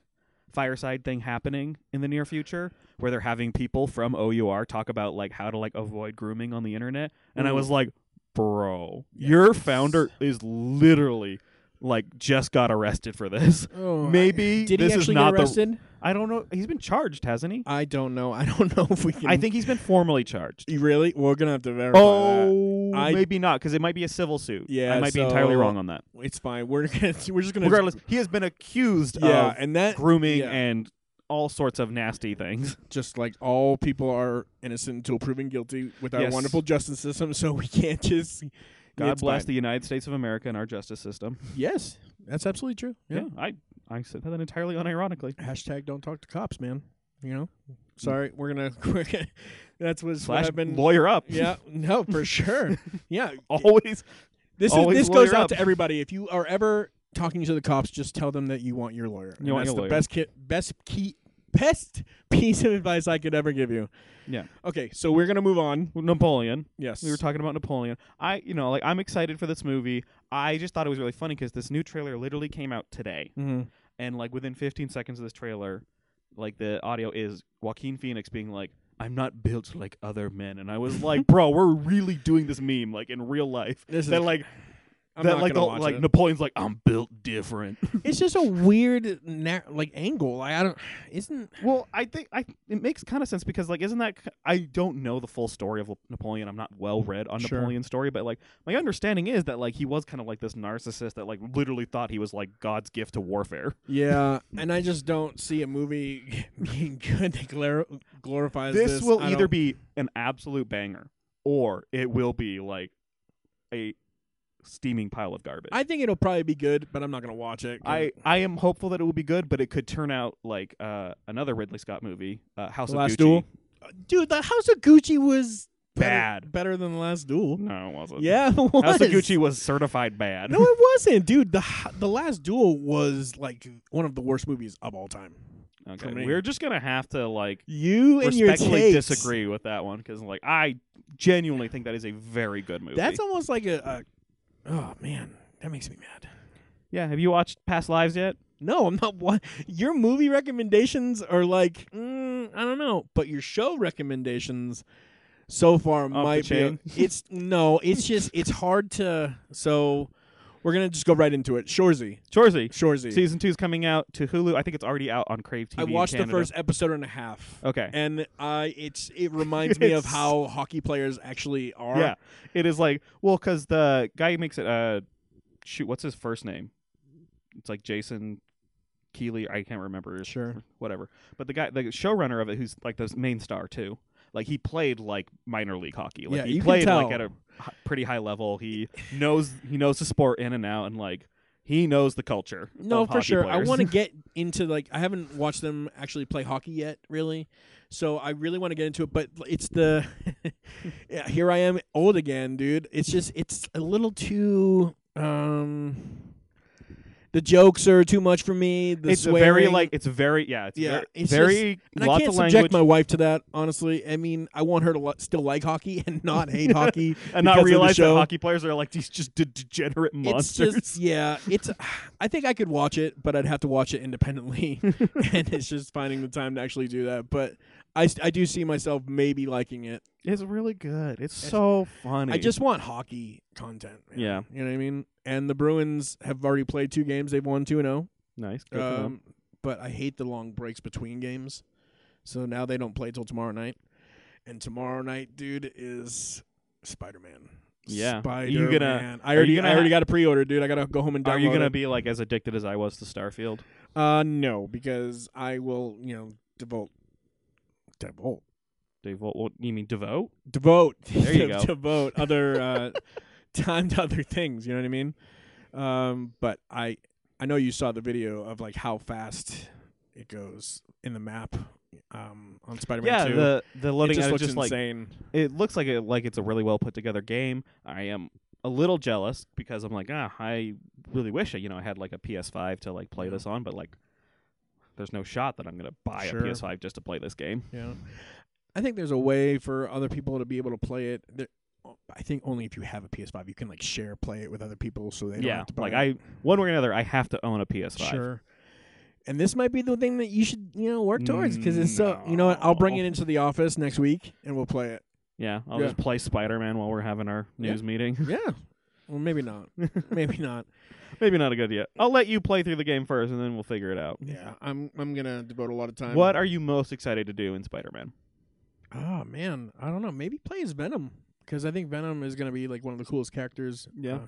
Speaker 2: fireside thing happening in the near future where they're having people from OUR talk about like how to like avoid grooming on the internet and I
Speaker 1: Ooh.
Speaker 2: was like bro your
Speaker 1: Yes.
Speaker 2: founder is literally like just got arrested for this
Speaker 1: Oh, I-
Speaker 2: maybe
Speaker 1: Did
Speaker 2: this
Speaker 1: he
Speaker 2: is
Speaker 1: actually
Speaker 2: not
Speaker 1: get arrested?
Speaker 2: the I don't know he's been charged hasn't he
Speaker 1: I don't know. I don't know if we can.
Speaker 2: I think he's been formally charged
Speaker 1: You really. We're gonna have to verify. that.
Speaker 2: Oh,
Speaker 1: I-
Speaker 2: maybe not because it might be a civil suit.
Speaker 1: Yeah,
Speaker 2: I might be
Speaker 1: so-
Speaker 2: entirely wrong on that.
Speaker 1: it's fine. We're gonna. We're just gonna.
Speaker 2: Regardless, he has been accused
Speaker 1: Yeah,
Speaker 2: of
Speaker 1: and that
Speaker 2: grooming
Speaker 1: yeah.
Speaker 2: and all sorts of nasty things.
Speaker 1: just like all people are innocent until proven guilty with our
Speaker 2: Yes.
Speaker 1: wonderful justice system, so we can't just.
Speaker 2: God
Speaker 1: It's
Speaker 2: bless
Speaker 1: fine.
Speaker 2: the United States of America and our justice system.
Speaker 1: Yes, that's absolutely true.
Speaker 2: Yeah, I I said that entirely unironically.
Speaker 1: Hashtag don't talk to cops, man. You know. Mm. Sorry, we're gonna. We're gonna that's what's
Speaker 2: Slash
Speaker 1: what I've been.
Speaker 2: lawyer up.
Speaker 1: yeah. No, for sure. Yeah.
Speaker 2: always.
Speaker 1: This is,
Speaker 2: Always
Speaker 1: this goes
Speaker 2: lawyer
Speaker 1: out
Speaker 2: up.
Speaker 1: to everybody. If you are ever talking to the cops, just tell them that you want your lawyer. And
Speaker 2: want
Speaker 1: that's
Speaker 2: your
Speaker 1: the
Speaker 2: lawyer.
Speaker 1: best ki- best key best piece of advice I could ever give you.
Speaker 2: Yeah.
Speaker 1: Okay, so we're gonna move on.
Speaker 2: Napoleon.
Speaker 1: Yes.
Speaker 2: We were talking about Napoleon. I, you know, like I'm excited for this movie. I just thought it was really funny because this new trailer literally came out today.
Speaker 1: Mhm.
Speaker 2: and like within 15 seconds of this trailer like the audio is joaquin phoenix being like i'm not built like other men and i was like bro we're really doing this meme like in real life
Speaker 1: This is
Speaker 2: that like
Speaker 1: I'm
Speaker 2: that
Speaker 1: not
Speaker 2: like the,
Speaker 1: gonna watch
Speaker 2: like
Speaker 1: it.
Speaker 2: napoleon's like i'm built different
Speaker 1: it's just a weird na- like angle. Like I don't isn't
Speaker 2: well i think i it makes kind of sense because like isn't that i don't know the full story of napoleon i'm not well read on
Speaker 1: Sure.
Speaker 2: napoleon's story but like my understanding is that like he was kind of like this narcissist that like literally thought he was like god's gift to warfare
Speaker 1: yeah, and I just don't see a movie being good that glor- glorifies this.
Speaker 2: this, will
Speaker 1: I
Speaker 2: either
Speaker 1: don't-
Speaker 2: be an absolute banger or it will be like a steaming pile of garbage.
Speaker 1: I think it'll probably be good, but I'm not gonna watch it. 'cause
Speaker 2: I, I am hopeful that it will be good, but it could turn out like uh, another Ridley Scott movie, uh, House
Speaker 1: The
Speaker 2: of
Speaker 1: Last
Speaker 2: Gucci.
Speaker 1: Duel? dude, the House of Gucci was better-
Speaker 2: Bad.
Speaker 1: better than the last duel.
Speaker 2: No, it wasn't.
Speaker 1: Yeah, it was.
Speaker 2: House of Gucci was certified bad.
Speaker 1: No, it wasn't, dude. The the last duel was like one of the worst movies of all time.
Speaker 2: okay,
Speaker 1: for me.
Speaker 2: we're just gonna have to like
Speaker 1: You and your
Speaker 2: respectfully
Speaker 1: takes.
Speaker 2: disagree with that one because like I genuinely think that is a very good movie.
Speaker 1: That's almost like a, a oh man, That makes me mad.
Speaker 2: Yeah, have you watched Past Lives yet?
Speaker 1: No, I'm not. What your movie recommendations are like? Mm, I don't know, but your show recommendations so far
Speaker 2: the
Speaker 1: might be.
Speaker 2: chain.
Speaker 1: it's no, it's just it's hard to. So we're gonna just go right into it. Shorzy,
Speaker 2: Shorzy.
Speaker 1: Shorzy.
Speaker 2: Season two's coming out to Hulu. I think it's already out on Crave TV.
Speaker 1: I
Speaker 2: in
Speaker 1: watched the
Speaker 2: Canada.
Speaker 1: first episode and a half.
Speaker 2: Okay.
Speaker 1: and uh, it's it reminds me of
Speaker 2: It's-
Speaker 1: how hockey players actually are.
Speaker 2: Yeah, it is like well, because the guy who makes it, uh, shoot, what's his first name? It's like Jason Keeley. I can't remember. his-
Speaker 1: Sure.
Speaker 2: whatever. But the guy, the showrunner of it, who's like the main star too. Like he played like minor league hockey. Like
Speaker 1: Yeah,
Speaker 2: he
Speaker 1: you can
Speaker 2: played like
Speaker 1: tell.
Speaker 2: at a h- pretty high level. He knows he knows the sport in and out, and like he knows the culture.
Speaker 1: No,
Speaker 2: of
Speaker 1: for
Speaker 2: hockey
Speaker 1: sure. I
Speaker 2: players.
Speaker 1: want to get into like I haven't watched them actually play hockey yet, really. So I really want to get into it, but it's the yeah, here I am old again, dude. It's just it's a little too um the jokes are too much for me. The
Speaker 2: it's
Speaker 1: swearing,
Speaker 2: very like it's very yeah it's
Speaker 1: Yeah,
Speaker 2: very,
Speaker 1: it's
Speaker 2: very
Speaker 1: and I
Speaker 2: lots
Speaker 1: can't
Speaker 2: of
Speaker 1: subject
Speaker 2: language
Speaker 1: my wife to that. Honestly, I mean, I want her to lo- still like hockey and not hate hockey
Speaker 2: and not
Speaker 1: because of the
Speaker 2: realize that
Speaker 1: show.
Speaker 2: hockey players are like these just de- degenerate monsters.
Speaker 1: It's just yeah, it's. I think I could watch it, but I'd have to watch it independently, and it's just finding the time to actually do that. But I, s- I do see myself maybe liking it.
Speaker 2: It's really good. It's so funny.
Speaker 1: I just want hockey content. man.
Speaker 2: Yeah.
Speaker 1: you know what I mean. And the Bruins have already played two games; they've won two and zero.
Speaker 2: nice. Good for them.
Speaker 1: Um, but I hate the long breaks between games, so now they don't play till tomorrow night. And tomorrow night, dude, is Spider Man.
Speaker 2: Yeah. Are
Speaker 1: Spider
Speaker 2: you gonna-
Speaker 1: Man. I
Speaker 2: are
Speaker 1: already,
Speaker 2: you gonna
Speaker 1: I already
Speaker 2: ha-
Speaker 1: got a pre-order, dude. I gotta go home and download.
Speaker 2: Are you
Speaker 1: it.
Speaker 2: gonna be like as addicted as I was to Starfield?
Speaker 1: Uh, no, because I will, you know, devote, devote,
Speaker 2: Devote? What you mean devote?
Speaker 1: devote.
Speaker 2: There you go.
Speaker 1: Devote other uh, time to other things. You know what I mean? Um, but I, I know you saw the video of like how fast it goes in the map. Um, on Spider-Man
Speaker 2: yeah,
Speaker 1: Two,
Speaker 2: the the
Speaker 1: it
Speaker 2: loading
Speaker 1: just
Speaker 2: just
Speaker 1: looks
Speaker 2: just like
Speaker 1: insane.
Speaker 2: it looks like it like it's a really well put together game. I am a little jealous because I'm like, ah, I really wish I, you know I had like a PS5 to like play
Speaker 1: Yeah.
Speaker 2: this on, but like, there's no shot that I'm gonna buy
Speaker 1: Sure.
Speaker 2: a PS5 just to play this game.
Speaker 1: Yeah. I think there's a way for other people to be able to play it. There, I think only if you have a PS5, you can like share play it with other people, so they don't
Speaker 2: yeah,
Speaker 1: have to buy
Speaker 2: like
Speaker 1: it.
Speaker 2: I one way or another, I have to own a PS5.
Speaker 1: Sure. And this might be the thing that you should, you know, work towards because it's so. You know what? I'll bring it
Speaker 2: No.
Speaker 1: into the office next week and we'll play it.
Speaker 2: Yeah, I'll
Speaker 1: Yeah.
Speaker 2: just play Spider Man while we're having our
Speaker 1: Yeah.
Speaker 2: news meeting.
Speaker 1: Yeah. Well, maybe not. maybe not.
Speaker 2: Maybe not a good idea. I'll let you play through the game first, and then we'll figure it out.
Speaker 1: Yeah. I'm. I'm gonna devote a lot of time.
Speaker 2: What are you most excited to do in Spider Man?
Speaker 1: Oh man, I don't know. Maybe play as Venom because I think Venom is gonna be like one of the coolest characters.
Speaker 2: Yeah.
Speaker 1: Uh,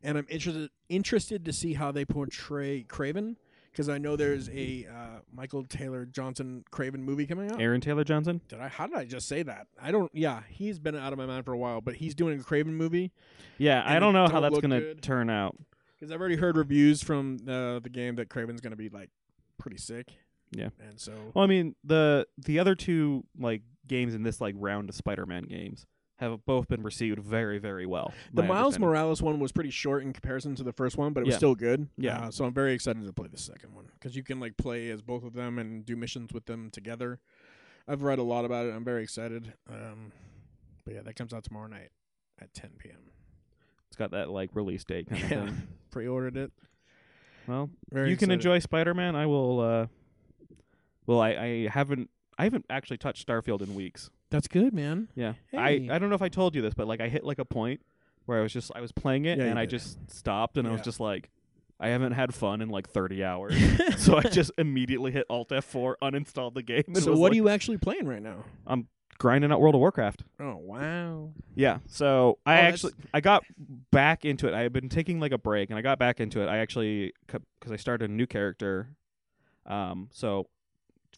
Speaker 1: and I'm interested interested to see how they portray Craven because I know there's a uh, Michael Taylor Johnson Craven movie coming out.
Speaker 2: Aaron Taylor Johnson.
Speaker 1: Did I? How did I just say that? I don't. Yeah, he's been out of my mind for a while, but he's doing a Craven movie
Speaker 2: Yeah,
Speaker 1: And
Speaker 2: I don't
Speaker 1: it
Speaker 2: know
Speaker 1: don't
Speaker 2: how that's
Speaker 1: look
Speaker 2: gonna
Speaker 1: good.
Speaker 2: turn out.
Speaker 1: because I've already heard reviews from uh, the game that Craven's gonna be like pretty sick.
Speaker 2: Yeah.
Speaker 1: and so
Speaker 2: Well, I mean the the other two like games in this like round of Spider Man games have both been received very very well.
Speaker 1: the
Speaker 2: my
Speaker 1: Miles
Speaker 2: understanding.
Speaker 1: Morales one was pretty short in comparison to the first one, but it was
Speaker 2: Yeah.
Speaker 1: still good.
Speaker 2: Yeah.
Speaker 1: Uh, so I'm very excited to play the second one because you can like play as both of them and do missions with them together. I've read a lot about it. I'm very excited. Um, but yeah, that comes out tomorrow night at 10 p.m.
Speaker 2: it's got that like release date kind of
Speaker 1: Yeah,
Speaker 2: thing.
Speaker 1: pre-ordered it.
Speaker 2: Well,
Speaker 1: Very
Speaker 2: you can
Speaker 1: excited.
Speaker 2: enjoy Spider Man. I will. uh Well, I I haven't I haven't actually touched Starfield in weeks.
Speaker 1: That's good, man.
Speaker 2: Yeah.
Speaker 1: Hey.
Speaker 2: I I don't know if I told you this, but like I hit like a point where I was just I was playing it
Speaker 1: Yeah, you
Speaker 2: and I
Speaker 1: did.
Speaker 2: just stopped and I was
Speaker 1: Yeah.
Speaker 2: just like I haven't had fun in like 30 hours. so I just immediately hit Alt F4, uninstalled the game. and
Speaker 1: So
Speaker 2: was,
Speaker 1: what
Speaker 2: like,
Speaker 1: are you actually playing right now?
Speaker 2: grinding out World of Warcraft?
Speaker 1: Oh wow.
Speaker 2: Yeah. So I
Speaker 1: Oh, that's-
Speaker 2: actually I got back into it. I had been taking like a break and I got back into it. I actually cuz I started a new character. Um so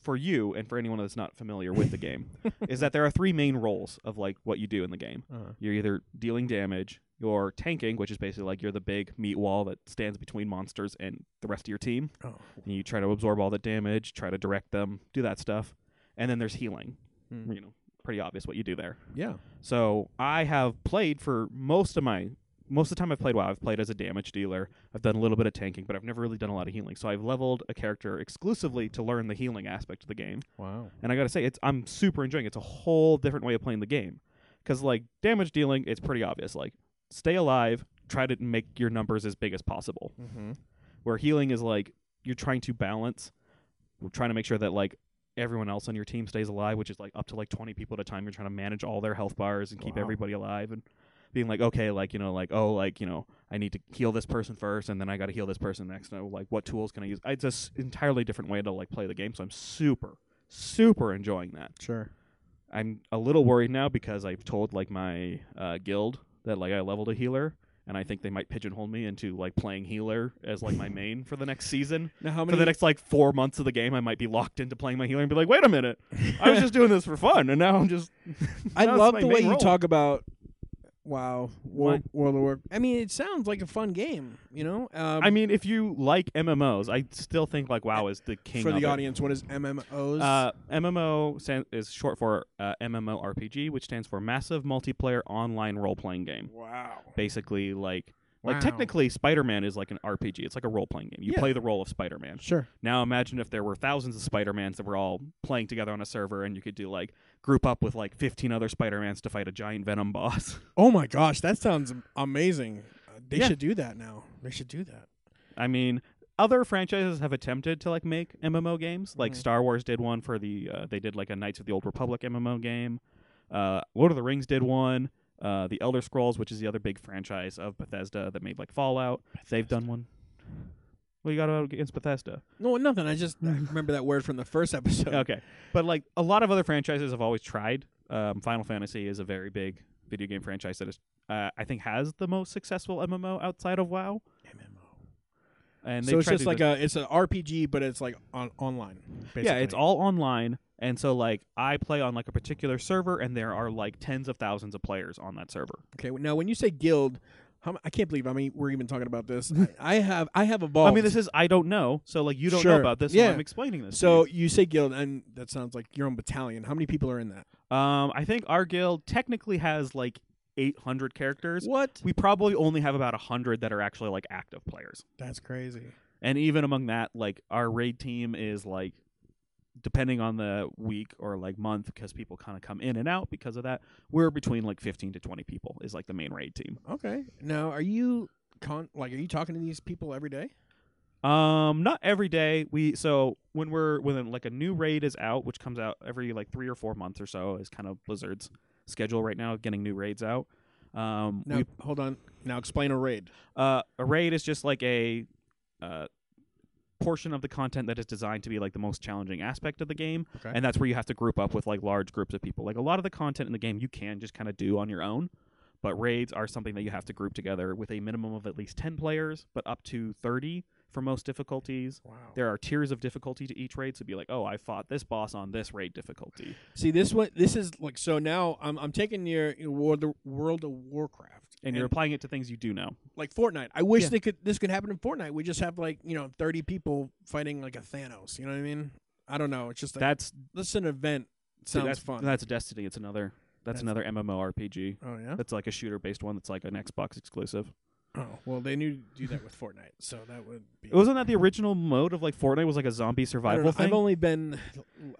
Speaker 2: for you and for anyone that's not familiar with the game is that there are three main roles of like what you do in the game.
Speaker 1: Uh-huh.
Speaker 2: You're either dealing damage, you're tanking, which is basically like you're the big meat wall that stands between monsters and the rest of your team.
Speaker 1: Oh.
Speaker 2: And you try to absorb all the damage, try to direct them, do that stuff. And then there's healing.
Speaker 1: Hmm.
Speaker 2: You know, pretty obvious what you do there.
Speaker 1: Yeah.
Speaker 2: So I have played for most of my most of the time I've played WoW, I've played as a damage dealer. I've done a little bit of tanking, but I've never really done a lot of healing. So I've leveled a character exclusively to learn the healing aspect of the game.
Speaker 1: Wow.
Speaker 2: And I gotta say, it's I'm super enjoying. it. It's a whole different way of playing the game, because like damage dealing, it's pretty obvious. Like stay alive, try to make your numbers as big as possible.
Speaker 3: Mm-hmm.
Speaker 2: Where healing is like you're trying to balance, we're trying to make sure that like everyone else on your team stays alive, which is like up to like 20 people at a time. You're trying to manage all their health bars and keep
Speaker 1: Wow.
Speaker 2: everybody alive and being like, okay, like you know, like oh, like you know, I need to heal this person first, and then I got to heal this person next. And I, like, what tools can I use? It's just entirely different way to like play the game. So I'm super, super enjoying that.
Speaker 1: Sure.
Speaker 2: I'm a little worried now because I've told like my uh, guild that like I leveled a healer, and I think they might pigeonhole me into like playing healer as like my main for the next season.
Speaker 1: Now, how
Speaker 2: For
Speaker 1: many?
Speaker 2: the next like four months of the game, I might be locked into playing my healer and be like, wait a minute, I was just doing this for fun, and now I'm just.
Speaker 1: I
Speaker 2: now it's
Speaker 1: love
Speaker 2: my
Speaker 1: the
Speaker 2: main
Speaker 1: way you
Speaker 2: role.
Speaker 1: talk about. Wow, World, World of War. I mean, it sounds like a fun game. You know, um,
Speaker 2: I mean, if you like MMOs, I still think like WoW is the king
Speaker 1: for
Speaker 2: of
Speaker 1: the
Speaker 2: it.
Speaker 1: audience, what is MMOs?
Speaker 2: Uh, MMO san- is short for uh, MMORPG, which stands for Massive Multiplayer Online Role Playing Game.
Speaker 1: wow.
Speaker 2: basically like like
Speaker 1: Wow.
Speaker 2: technically Spider-Man is like an RPG. It's like a role-playing game. You
Speaker 1: Yeah.
Speaker 2: play the role of Spider-Man.
Speaker 1: Sure.
Speaker 2: Now imagine if there were thousands of Spider-Mans that were all playing together on a server and you could do like group up with like 15 other Spider-Mans to fight a giant Venom boss.
Speaker 1: Oh my gosh, that sounds am- amazing. Uh, They
Speaker 2: Yeah.
Speaker 1: should do that now. They should do that.
Speaker 2: I mean, other franchises have attempted to like make MMO games. Like
Speaker 1: Mhm.
Speaker 2: Star Wars did one for the uh, they did like a Knights of the Old Republic MMO game. Uh, Lord of the Rings did one. Uh, the Elder Scrolls, which is the other big franchise of Bethesda that made like Fallout, they've done one. What you got about against Bethesda?
Speaker 1: No, nothing. I just I remember that word from the first episode.
Speaker 2: Okay, but like a lot of other franchises have always tried. Um, Final Fantasy is a very big video game franchise that is, uh, I think, has the most successful MMO outside of WoW.
Speaker 1: MMO.
Speaker 2: And they
Speaker 1: so it's
Speaker 2: tried
Speaker 1: just
Speaker 2: to do
Speaker 1: like a it's an RPG, but it's like on online. Basically.
Speaker 2: Yeah, it's all online. And so like I play on like a particular server and there are like tens of thousands of players on that server.
Speaker 1: okay. Now, when you say guild, how, m- I can't believe I mean we're even talking about this. I, I have I have evolved.
Speaker 2: I mean this is I don't know. So like you don't know
Speaker 1: Oh. Sure,
Speaker 2: about this
Speaker 1: yeah.
Speaker 2: so I'm explaining this. to
Speaker 1: So you say guild, and that sounds like your own battalion. How many people are in that?
Speaker 2: you. um I think our guild technically has like 800 characters.
Speaker 1: What?
Speaker 2: We probably only have about 100 that are actually like active players.
Speaker 1: That's crazy.
Speaker 2: And even among that like our raid team is like depending on the week or like month because people kind of come in and out because of that we're between like 15 to 20 people is like the main raid team
Speaker 1: Okay. Now, are you con like are you talking to these people every day?
Speaker 2: Um, not every day. We so when we're when like a new raid is out, which comes out every like three or four months or so, is kind of Blizzard's schedule right now, of getting new raids out. Um,
Speaker 1: No,
Speaker 2: we-
Speaker 1: hold on. Now explain a raid.
Speaker 2: uh, a raid is just like a uh portion of the content that is designed to be like the most challenging aspect of the game,
Speaker 1: Okay.
Speaker 2: and that's where you have to group up with like large groups of people. Like a lot of the content in the game, you can just kind of do on your own. But raids are something that you have to group together with a minimum of at least 10 players, but up to 30 for most difficulties
Speaker 1: wow.
Speaker 2: there are tiers of difficulty to each raid. So be like, oh, I fought this boss on this raid difficulty.
Speaker 1: See this one. This is like so. Now I'm I'm taking your, your World of- World of Warcraft
Speaker 2: And, you're applying it to things you do know.
Speaker 1: like Fortnite. I wish
Speaker 2: Yeah.
Speaker 1: they could. This could happen in Fortnite. We just have like you know 30 people fighting like a Thanos. You know what I mean? I don't know. It's just like
Speaker 2: That's
Speaker 1: that's an event. Sounds
Speaker 2: that's
Speaker 1: fun.
Speaker 2: That's Destiny. It's another. That's,
Speaker 1: That's-
Speaker 2: another MMORPG.
Speaker 1: oh yeah.
Speaker 2: That's like a shooter based one. That's like an Xbox exclusive.
Speaker 1: Oh well, they knew to do that with Fortnite, so that would be.
Speaker 2: Wasn't that the original mode of like Fortnite was like a zombie
Speaker 1: I
Speaker 2: survival thing?
Speaker 1: have only been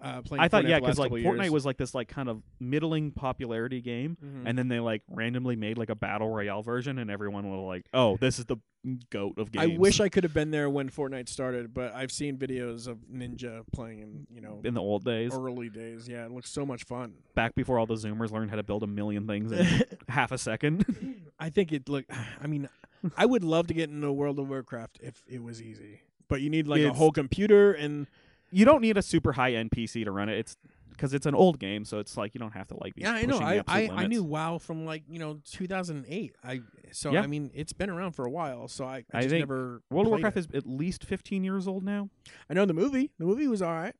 Speaker 1: uh, playing.
Speaker 2: I thought
Speaker 1: Fortnite
Speaker 2: yeah,
Speaker 1: because
Speaker 2: because like Fortnite was like this like kind of middling popularity game,
Speaker 1: Mm-hmm.
Speaker 2: and then they like randomly made like a battle royale version, and everyone was like, oh, this is the goat of
Speaker 1: I
Speaker 2: games.
Speaker 1: wish I could have been there when Fortnite started, but I've seen videos of Ninja playing in you know
Speaker 2: in the old days,
Speaker 1: early days. Yeah, it looks so much fun.
Speaker 2: back before all the Zoomers learned how to build a million things in half a second.
Speaker 1: I think it look. I mean, I would love to get into World of Warcraft if it was easy, but you need like a
Speaker 2: It's-
Speaker 1: whole computer and
Speaker 2: you don't need a super high end PC to run it. It's because it's an old game, so it's like you don't have to like be.
Speaker 1: yeah. I know.
Speaker 2: pushing the
Speaker 1: I I,
Speaker 2: absolute
Speaker 1: I knew
Speaker 2: limits.
Speaker 1: WoW from like you know 2008. I so
Speaker 2: Yeah.
Speaker 1: I mean it's been around for a while. So I, I,
Speaker 2: I
Speaker 1: just
Speaker 2: think
Speaker 1: never
Speaker 2: World
Speaker 1: played
Speaker 2: of Warcraft
Speaker 1: it.
Speaker 2: is at least fifteen years old now.
Speaker 1: I know the movie. The movie was all right.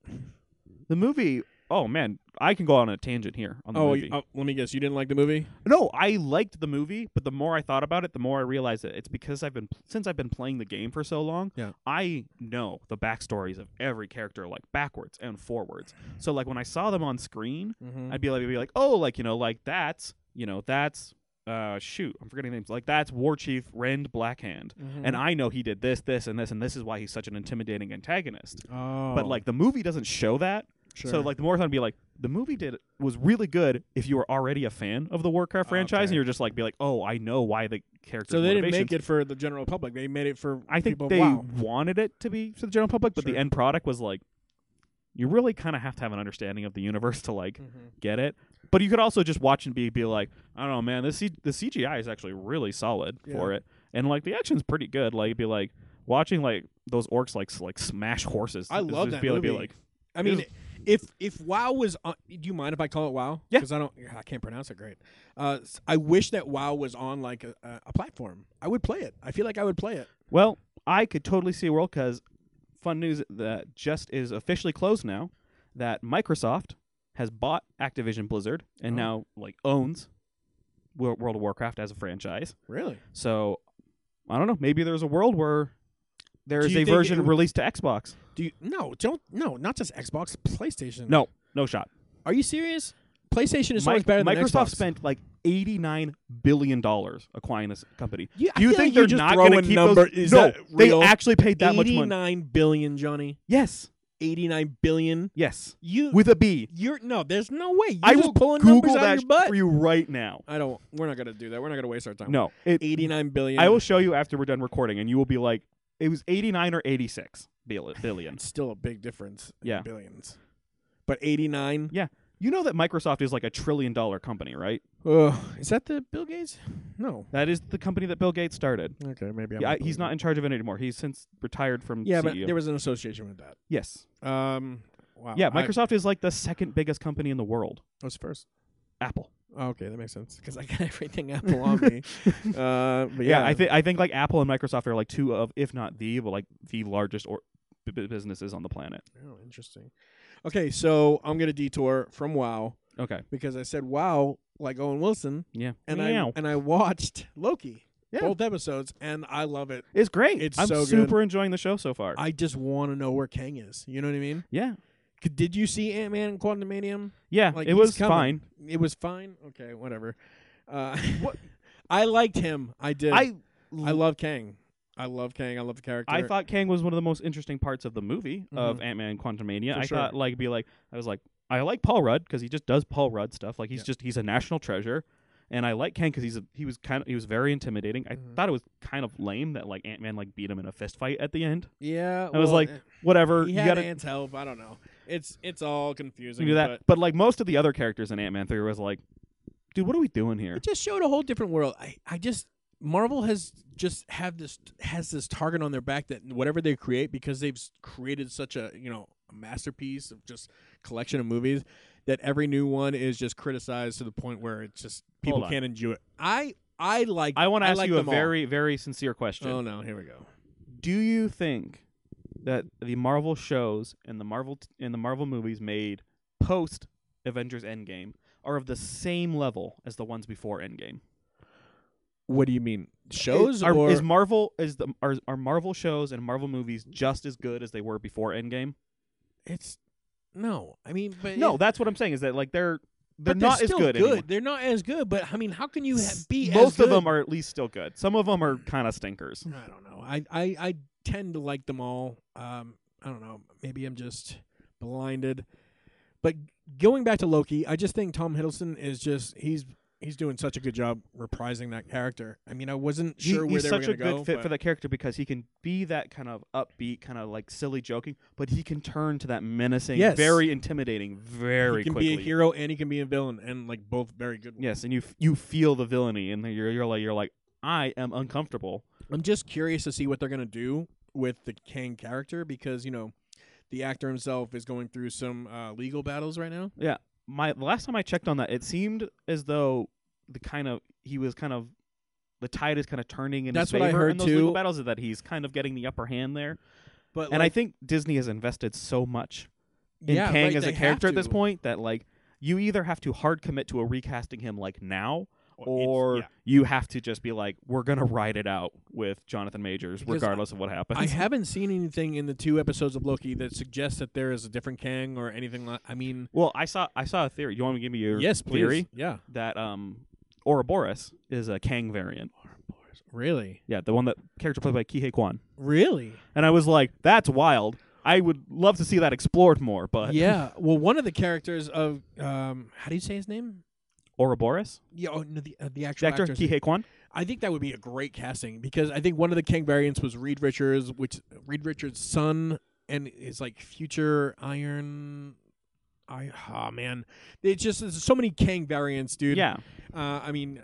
Speaker 2: The movie. Oh man, I can go on a tangent here on the
Speaker 1: Oh,
Speaker 2: movie.
Speaker 1: you- oh, let me guess. You didn't like the movie?
Speaker 2: no, I liked the movie, but the more I thought about it, the more I realized that it's because I've been since I've been playing the game for so long.
Speaker 1: Yeah.
Speaker 2: I know the backstories of every character like backwards and forwards. So like when I saw them on screen,
Speaker 1: Mm-hmm.
Speaker 2: I'd be like, I'd be like, oh, like you know, like that's you know, that's uh, shoot, I'm forgetting names. Like that's War Chief Rend Blackhand,
Speaker 1: Mm-hmm. Mm.
Speaker 2: and I know he did this, this, and this, and this is why he's such an intimidating antagonist.
Speaker 1: oh.
Speaker 2: But like the movie doesn't show that,
Speaker 1: Sure.
Speaker 2: So like the marathon would be like the movie did was really good if you were already a fan of the Warcraft franchise
Speaker 1: Okay.
Speaker 2: and you're just like be like oh I know why the character.
Speaker 1: So they didn't make it for the general public. They made it for
Speaker 2: I think
Speaker 1: people.
Speaker 2: they
Speaker 1: wow.
Speaker 2: wanted it to be for the general public, but
Speaker 1: Sure.
Speaker 2: the end product was like you really kind of have to have an understanding of the universe to like
Speaker 1: Mm-hmm.
Speaker 2: get it. But you could also just watch and be be like, I don't know, man, this C- the CGI is actually really solid for
Speaker 1: Yeah.
Speaker 2: it, and like the action's pretty good. Like it'd be like watching like those orcs like s- like smash horses.
Speaker 1: I
Speaker 2: It's
Speaker 1: love that
Speaker 2: just be, like- be
Speaker 1: movie.
Speaker 2: like
Speaker 1: I mean,
Speaker 2: It
Speaker 1: if if WoW was, on, do you mind if I call it WoW?
Speaker 2: Yeah.
Speaker 1: because I don't, I can't pronounce it great. Uh, s- I wish that WoW was on like a, a- a platform. I would play it. I feel like I would play it.
Speaker 2: Well, I could totally see a world because fun news that just is officially closed now that Microsoft has bought Activision Blizzard and
Speaker 1: Oh.
Speaker 2: now like owns Wor- World of Warcraft as a franchise.
Speaker 1: Really?
Speaker 2: So I don't know, maybe there's a world where there
Speaker 1: Do
Speaker 2: is
Speaker 1: you
Speaker 2: a
Speaker 1: think
Speaker 2: version
Speaker 1: it would-
Speaker 2: released to Xbox.
Speaker 1: Do you? No, don't. No, not just Xbox, PlayStation.
Speaker 2: No, no shot.
Speaker 1: Are you serious? PlayStation is so
Speaker 2: Mi-
Speaker 1: much better than
Speaker 2: Microsoft
Speaker 1: Xbox.
Speaker 2: spent like 89 billion dollars acquiring this company.
Speaker 1: Yeah, I
Speaker 2: Do you
Speaker 1: feel
Speaker 2: think
Speaker 1: like
Speaker 2: they're
Speaker 1: you're just
Speaker 2: not going to
Speaker 1: throwing
Speaker 2: keep
Speaker 1: number-
Speaker 2: those?
Speaker 1: is
Speaker 2: no,
Speaker 1: that
Speaker 2: they
Speaker 1: real?
Speaker 2: actually paid that much money.
Speaker 1: Eighty-nine billion, Johnny.
Speaker 2: Yes,
Speaker 1: Eighty-nine billion.
Speaker 2: yes,
Speaker 1: You.
Speaker 2: with a B.
Speaker 1: you're no. There's no way. You're
Speaker 2: I
Speaker 1: just
Speaker 2: will
Speaker 1: pulling
Speaker 2: Google
Speaker 1: numbers out
Speaker 2: that
Speaker 1: of your butt.
Speaker 2: for you right now.
Speaker 1: I don't. We're not gonna do that. We're not gonna waste our time.
Speaker 2: No, it,
Speaker 1: Eighty-nine billion.
Speaker 2: I will show you after we're done recording, and you will be like, it was 89 or 86 bil- billion.
Speaker 1: It's still a big difference. in
Speaker 2: Yeah.
Speaker 1: billions. But eighty-nine.
Speaker 2: yeah, you know that Microsoft is like a trillion dollar company, right?
Speaker 1: Ugh. Is that the Bill Gates? No.
Speaker 2: That is the company that Bill Gates started.
Speaker 1: Okay, maybe. I'm
Speaker 2: Yeah, I- he's not E in charge of it anymore. He's since retired from
Speaker 1: Yeah,
Speaker 2: CEO.
Speaker 1: but there was an association with that.
Speaker 2: yes,
Speaker 1: Um. Wow.
Speaker 2: yeah.
Speaker 1: I-
Speaker 2: Microsoft is like the second biggest company in the world.
Speaker 1: what's first?
Speaker 2: Apple.
Speaker 1: Oh, okay, that makes sense because I got everything Apple on me. Uh, but
Speaker 2: Yeah,
Speaker 1: yeah,
Speaker 2: I think I think like Apple and Microsoft are like two of, if not the, but like the largest or b- b- businesses on the planet.
Speaker 1: Oh, interesting. Okay, so I'm gonna detour from WoW
Speaker 2: Okay.
Speaker 1: because I said WoW like Owen Wilson,
Speaker 2: Yeah.
Speaker 1: and
Speaker 2: Meow.
Speaker 1: I and I watched Loki,
Speaker 2: Yeah.
Speaker 1: both episodes, and I love it.
Speaker 2: it's great.
Speaker 1: It's
Speaker 2: I'm
Speaker 1: so good.
Speaker 2: super enjoying the show so far.
Speaker 1: I just want to know where Kang is. You know what I mean?
Speaker 2: yeah.
Speaker 1: C- Did you see Ant Man and Quantumanium?
Speaker 2: Yeah.
Speaker 1: Like,
Speaker 2: it
Speaker 1: he's
Speaker 2: was
Speaker 1: coming.
Speaker 2: fine.
Speaker 1: It was fine. Okay, whatever. Uh, I liked him. I did. I love Kang. I love Kang. I love the character.
Speaker 2: I thought Kang was one of the most interesting parts of the movie of Ant Man and Quantumania.
Speaker 1: Mm-hmm. For
Speaker 2: I
Speaker 1: sure.
Speaker 2: thought like be like I was like I like Paul Rudd because he just does Paul Rudd stuff. Like he's
Speaker 1: Yeah.
Speaker 2: just he's a national treasure, and I like Kang because he's a, he was kind of he was very intimidating. I
Speaker 1: Mhm.
Speaker 2: thought it was kind of lame that like Ant Man like beat him in a fist fight at the end.
Speaker 1: Yeah,
Speaker 2: I was
Speaker 1: well,
Speaker 2: like,
Speaker 1: eh.
Speaker 2: Whatever
Speaker 1: he
Speaker 2: you
Speaker 1: had
Speaker 2: gotta
Speaker 1: Ant's help. I don't know. It's it's all confusing.
Speaker 2: do that.
Speaker 1: but
Speaker 2: But, like most of the other characters in Ant Man three was like, dude, what are we doing here?
Speaker 1: it just showed a whole different world. I, I just Marvel has just have this has this target on their back that whatever they create because they've s- created such a you know a masterpiece of just collection of movies that every new one is just criticized to the point where it's just people
Speaker 2: Hold on.
Speaker 1: can't enjoy it. I I like
Speaker 2: I want to ask
Speaker 1: like
Speaker 2: you a
Speaker 1: them all.
Speaker 2: very very sincere question.
Speaker 1: oh no here we go
Speaker 2: Do you think that the Marvel shows and the Marvel t- and the Marvel movies made post Avengers Endgame are of the same level as the ones before Endgame?
Speaker 1: what do you mean shows
Speaker 2: is, are,
Speaker 1: or
Speaker 2: is Marvel is the are, are Marvel shows and Marvel movies just as good as they were before Endgame?
Speaker 1: it's no I mean but
Speaker 2: No,
Speaker 1: it-
Speaker 2: that's what I'm saying is that like they're they're
Speaker 1: But
Speaker 2: not
Speaker 1: still
Speaker 2: as good. anymore.
Speaker 1: They're not as good, but I mean, how can you ha- be as
Speaker 2: Most of
Speaker 1: good?
Speaker 2: them are at least still good. Some of them are kind of stinkers.
Speaker 1: I don't know. I, I I tend to like them all. Um, I don't know. Maybe I'm just blinded. But going back to Loki, I just think Tom Hiddleston is just he's he's doing such a good job reprising that character. I mean, I wasn't
Speaker 2: He-
Speaker 1: sure where
Speaker 2: he's
Speaker 1: they
Speaker 2: such
Speaker 1: were going
Speaker 2: a
Speaker 1: to
Speaker 2: good
Speaker 1: go.
Speaker 2: fit
Speaker 1: but
Speaker 2: for that character because he can be that kind of upbeat, kind of like silly joking, but he can turn to that menacing,
Speaker 1: Yes.
Speaker 2: very intimidating, very
Speaker 1: he can
Speaker 2: quickly.
Speaker 1: be a hero and he can be a villain, and like both very good.
Speaker 2: Yes, and you f- you feel the villainy, and then you're you're like you're like I am uncomfortable.
Speaker 1: I'm just curious to see what they're gonna do with the Kang character because you know the actor himself is going through some uh, legal battles right now.
Speaker 2: My the last time I checked on that, it seemed as though the kind of he was kind of the tide is kind of turning in
Speaker 1: That's
Speaker 2: his
Speaker 1: what I
Speaker 2: favor
Speaker 1: heard
Speaker 2: in those legal
Speaker 1: too.
Speaker 2: battles, is that he's kind of getting the upper hand there.
Speaker 1: But
Speaker 2: and
Speaker 1: like,
Speaker 2: I think Disney has invested so much in
Speaker 1: yeah,
Speaker 2: Kang
Speaker 1: right,
Speaker 2: as
Speaker 1: they
Speaker 2: a
Speaker 1: have
Speaker 2: character at this
Speaker 1: to.
Speaker 2: point that like you either have to hard commit to a recasting him like now
Speaker 1: Well, it's-
Speaker 2: or
Speaker 1: yeah.
Speaker 2: you have to just be like we're going to ride it out with Jonathan Majors
Speaker 1: Because
Speaker 2: regardless of what happens.
Speaker 1: I haven't seen anything in the two episodes of Loki that suggests that there is a different Kang or anything. Like, I mean,
Speaker 2: well, I saw I saw a theory. You want me to give me your
Speaker 1: yes, please.
Speaker 2: theory
Speaker 1: Yeah,
Speaker 2: that um Ouroboros is a Kang variant.
Speaker 1: really,
Speaker 2: Yeah, the one that character played by Kihei Kwan.
Speaker 1: really.
Speaker 2: And I was like, that's wild. I would love to see that explored more, but
Speaker 1: yeah. Well, one of the characters of um, how do you say his name?
Speaker 2: Ouroboros,
Speaker 1: Yeah, oh, no, the, uh, the
Speaker 2: the
Speaker 1: actual
Speaker 2: actor
Speaker 1: actor's-
Speaker 2: Kihei Kwan.
Speaker 1: I think that would be a great casting because I think one of the Kang variants was Reed Richards, which Reed Richards' son and is like future Iron. I oh man, it's just there's so many Kang variants, dude.
Speaker 2: Yeah,
Speaker 1: Uh, I mean,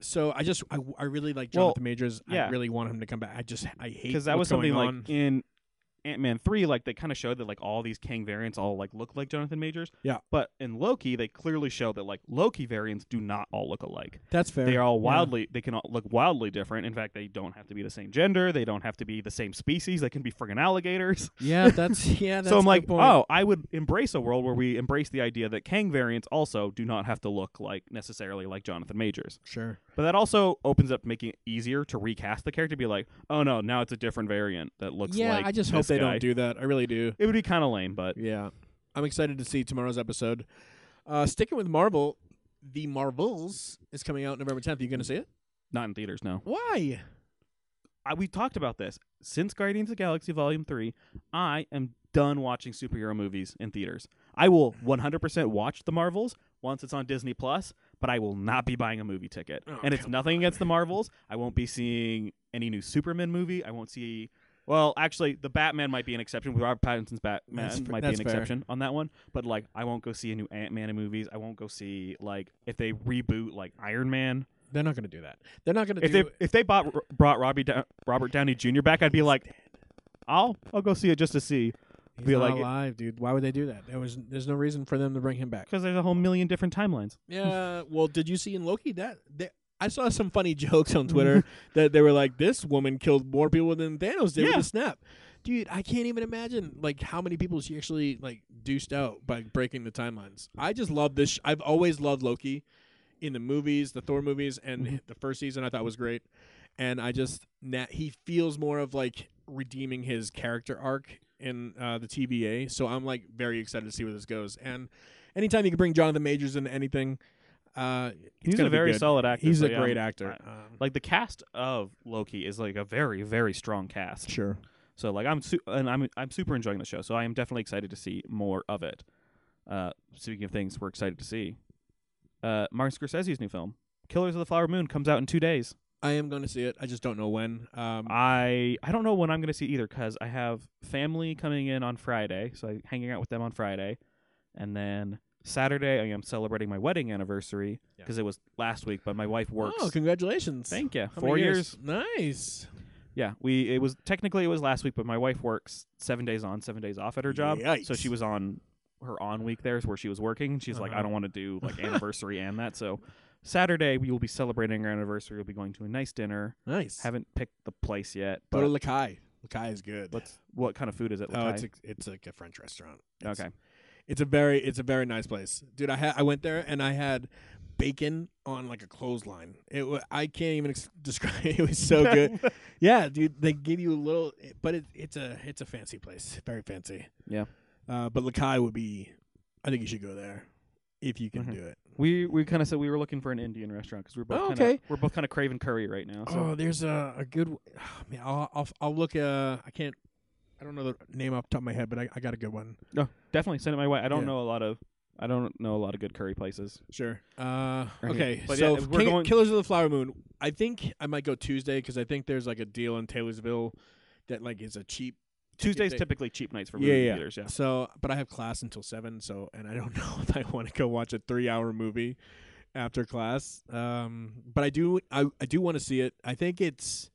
Speaker 1: so I just I, I really like
Speaker 2: Well,
Speaker 1: Jonathan Majors.
Speaker 2: yeah.
Speaker 1: I really want him to come back. I just I hate
Speaker 2: because that was
Speaker 1: what's
Speaker 2: something
Speaker 1: going
Speaker 2: like
Speaker 1: on.
Speaker 2: in Ant Man three, like they kind of showed that like all these Kang variants all like look like Jonathan Majors.
Speaker 1: Yeah.
Speaker 2: but in Loki, they clearly show that like Loki variants do not all look alike.
Speaker 1: that's fair.
Speaker 2: They are all
Speaker 1: Yeah.
Speaker 2: wildly they can all look wildly different. In fact, they don't have to be the same gender. They don't have to be the same species. They can be friggin' alligators.
Speaker 1: Yeah, that's yeah. That's
Speaker 2: so
Speaker 1: a
Speaker 2: I'm
Speaker 1: good
Speaker 2: like,
Speaker 1: point.
Speaker 2: oh, I would embrace a world where we embrace the idea that Kang variants also do not have to look like necessarily like Jonathan Majors.
Speaker 1: sure.
Speaker 2: But that also opens up making it easier to recast the character. Be like, oh no, now it's a different variant that looks
Speaker 1: yeah,
Speaker 2: like.
Speaker 1: I just hope
Speaker 2: this
Speaker 1: they
Speaker 2: guy."
Speaker 1: don't do that. I really do.
Speaker 2: It would be kind of lame, but
Speaker 1: Yeah. I'm excited to see tomorrow's episode. Uh, sticking with Marvel, The Marvels is coming out November 10th. Are you going to see it?
Speaker 2: not in theaters. No,
Speaker 1: Why?
Speaker 2: I, we talked about this since Guardians of the Galaxy Volume Three. I am done watching superhero movies in theaters. I will 100% watch the Marvels once it's on Disney Plus, but I will not be buying a movie ticket.
Speaker 1: Oh,
Speaker 2: and it's
Speaker 1: come
Speaker 2: nothing
Speaker 1: on.
Speaker 2: against the Marvels. I won't be seeing any new Superman movie. I won't see. Well, actually, the Batman might be an exception. With Robert Pattinson's Batman
Speaker 1: That's fa-
Speaker 2: might
Speaker 1: that's
Speaker 2: be an
Speaker 1: fair.
Speaker 2: exception on that one. But like, I won't go see a new Ant Man in movies. I won't go see like if they reboot like Iron Man.
Speaker 1: They're not going to do that. They're not going to
Speaker 2: If
Speaker 1: do
Speaker 2: they if they bought, brought Robbie Dow- Robert Downey Jr. back, I'd be like, I'll I'll go see it just to see
Speaker 1: He's
Speaker 2: be
Speaker 1: not
Speaker 2: like-
Speaker 1: alive, dude. Why would they do that? There was there's no reason for them to bring him back.
Speaker 2: because there's a whole million different timelines.
Speaker 1: Yeah. Well, did you see in Loki that they, I saw some funny jokes on Twitter that they were like, "This woman killed more people than Thanos did
Speaker 2: Yeah.
Speaker 1: with a snap." Dude, I can't even imagine like how many people she actually like deuced out by breaking the timelines. I just love this. Sh- I've always loved Loki in the movies, the Thor movies, and
Speaker 2: Mm-hmm.
Speaker 1: the first season I thought was great. And I just na he feels more of like redeeming his character arc in uh, the TVA. So I'm like very excited to see where this goes. And anytime you can bring Jonathan Majors into anything, uh,
Speaker 2: He's
Speaker 1: gonna
Speaker 2: a
Speaker 1: be
Speaker 2: very
Speaker 1: good.
Speaker 2: solid actor.
Speaker 1: He's
Speaker 2: so
Speaker 1: a
Speaker 2: yeah,
Speaker 1: great
Speaker 2: I'm-
Speaker 1: actor.
Speaker 2: I-
Speaker 1: Um,
Speaker 2: like the cast of Loki is like a very very strong cast.
Speaker 1: sure.
Speaker 2: So like I'm su- and I'm I'm super enjoying the show. So I am definitely excited to see more of it. Uh, speaking of things we're excited to see, uh, Martin Scorsese's new film, Killers of the Flower Moon, comes out in two days.
Speaker 1: I am going to see it. I just don't know when. Um,
Speaker 2: Ah, I I don't know when I'm gonna see it either because I have family coming in on Friday, so I'm hanging out with them on Friday, and then Saturday I am celebrating my wedding anniversary
Speaker 1: Yeah.
Speaker 2: because it was last week, but my wife works.
Speaker 1: Oh, congratulations!
Speaker 2: Thank you.
Speaker 1: How many
Speaker 2: Four years.
Speaker 1: Nice.
Speaker 2: Yeah, we it was technically it was last week, but my wife works seven days on, seven days off at her job. So
Speaker 1: Yikes.
Speaker 2: she was on her on week there is where she was working. She's like, I
Speaker 1: Uh-huh.
Speaker 2: don't want to do like anniversary and that. So Saturday we will be celebrating our anniversary. We'll be going to a nice dinner.
Speaker 1: Nice.
Speaker 2: Haven't picked the place yet,
Speaker 1: Go to
Speaker 2: but
Speaker 1: Lakai. Lakai is good.
Speaker 2: what's what kind of food is it?
Speaker 1: oh,
Speaker 2: Lakai?
Speaker 1: it's a, it's like a French restaurant. It's-
Speaker 2: okay.
Speaker 1: It's a very it's a very nice place, dude. I ha- I went there and I had bacon on like a clothesline. It wa I can't even ex- describe. It was so good. yeah, dude. They give you a little, but it, it's a it's a fancy place, very fancy.
Speaker 2: Yeah.
Speaker 1: Uh, but Lakai would be. I think you should go there if you can
Speaker 2: Mhm.
Speaker 1: do it.
Speaker 2: we we kind of said we were looking for an Indian restaurant because we're both
Speaker 1: Oh,
Speaker 2: kinda,
Speaker 1: okay.
Speaker 2: we're both kind of craving curry right now. So
Speaker 1: Oh, there's a, a good. Oh, man, I'll, I'll I'll look. Uh, I can't. I don't know the name off the top of my head, but I, I got a good one.
Speaker 2: definitely send it my way. I don't
Speaker 1: Yeah.
Speaker 2: know a lot of I don't know a lot of good curry places.
Speaker 1: Sure. Uh,
Speaker 2: Right.
Speaker 1: okay.
Speaker 2: But
Speaker 1: so
Speaker 2: yeah, we're
Speaker 1: King-
Speaker 2: going-
Speaker 1: Killers of the Flower Moon. I think I might go Tuesday because I think there's like a deal in Taylorsville that like is a cheap. ticket
Speaker 2: Tuesdays
Speaker 1: that-
Speaker 2: typically cheap nights for
Speaker 1: Yeah,
Speaker 2: movie
Speaker 1: yeah.
Speaker 2: theaters. Yeah.
Speaker 1: So, but I have class until seven. So, and I don't know if I want to go watch a three-hour movie after class. Um, but I do. I I do want to see it. I think it's.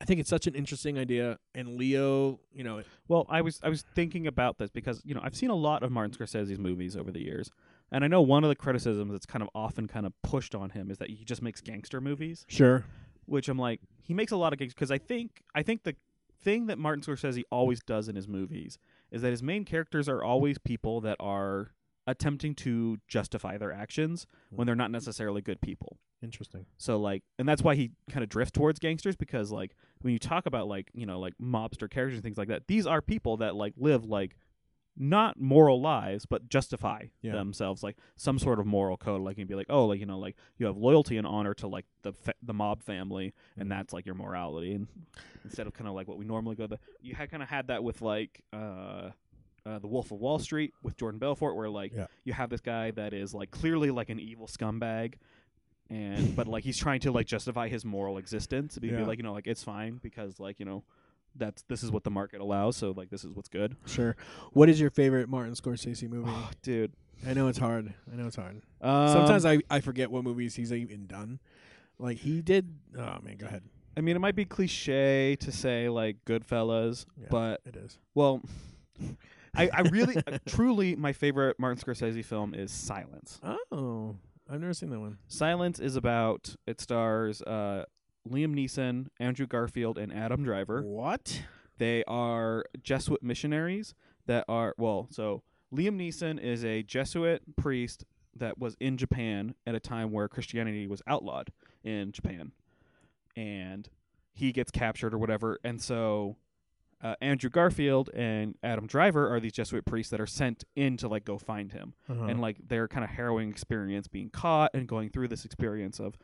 Speaker 1: I think it's such an interesting idea, and Leo, you know,
Speaker 2: Well, I was I was thinking about this because you know I've seen a lot of Martin Scorsese's movies over the years, and I know one of the criticisms that's kind of often kind of pushed on him is that he just makes gangster movies,
Speaker 1: sure,
Speaker 2: which I'm like he makes a lot of gangster because I think I think the thing that Martin Scorsese always does in his movies is that his main characters are always people that are attempting to justify their actions when they're not necessarily good people.
Speaker 1: interesting.
Speaker 2: So like, and that's why he kind of drifts towards gangsters because like when you talk about like you know like mobster characters and things like that, these are people that like live like not moral lies, but justify
Speaker 4: Yeah.
Speaker 2: themselves like some sort of moral code. Like you'd be like, oh, like you know, like you have loyalty and honor to like the fa- the mob family,
Speaker 4: Mm-hmm.
Speaker 2: and that's like your morality. And instead of kind of like what we normally go, the you had kind of had that with like uh, uh, the Wolf of Wall Street with Jordan Belfort, where like
Speaker 4: Yeah.
Speaker 2: you have this guy that is like clearly like an evil scumbag. And but like he's trying to like justify his moral existence. He'd
Speaker 4: Yeah.
Speaker 2: be like, you know, like it's fine because like, you know, that's this is what the market allows, so like this is what's good. Oh,
Speaker 1: Sure. What is your favorite Martin Scorsese movie?
Speaker 2: dude.
Speaker 1: I know it's hard. I know it's hard.
Speaker 2: Um,
Speaker 1: Sometimes I, I forget what movies he's even done. Like he did. Oh man, go ahead.
Speaker 2: I mean, it might be cliche to say like Goodfellas,
Speaker 1: Yeah.
Speaker 2: but
Speaker 1: It is.
Speaker 2: well, I, I really, uh, truly, my favorite Martin Scorsese film is Silence.
Speaker 1: Oh, I've never seen that one.
Speaker 2: Silence is about it stars uh, Liam Neeson, Andrew Garfield, and Adam Driver.
Speaker 1: What?
Speaker 2: They are Jesuit missionaries that are well, so Liam Neeson is a Jesuit priest that was in Japan at a time where Christianity was outlawed in Japan. And he gets captured or whatever, and so uh, Andrew Garfield and Adam Driver are these Jesuit priests that are sent in to like go find him
Speaker 1: Uh-huh.
Speaker 2: and like their kind of harrowing experience being caught and going through this experience of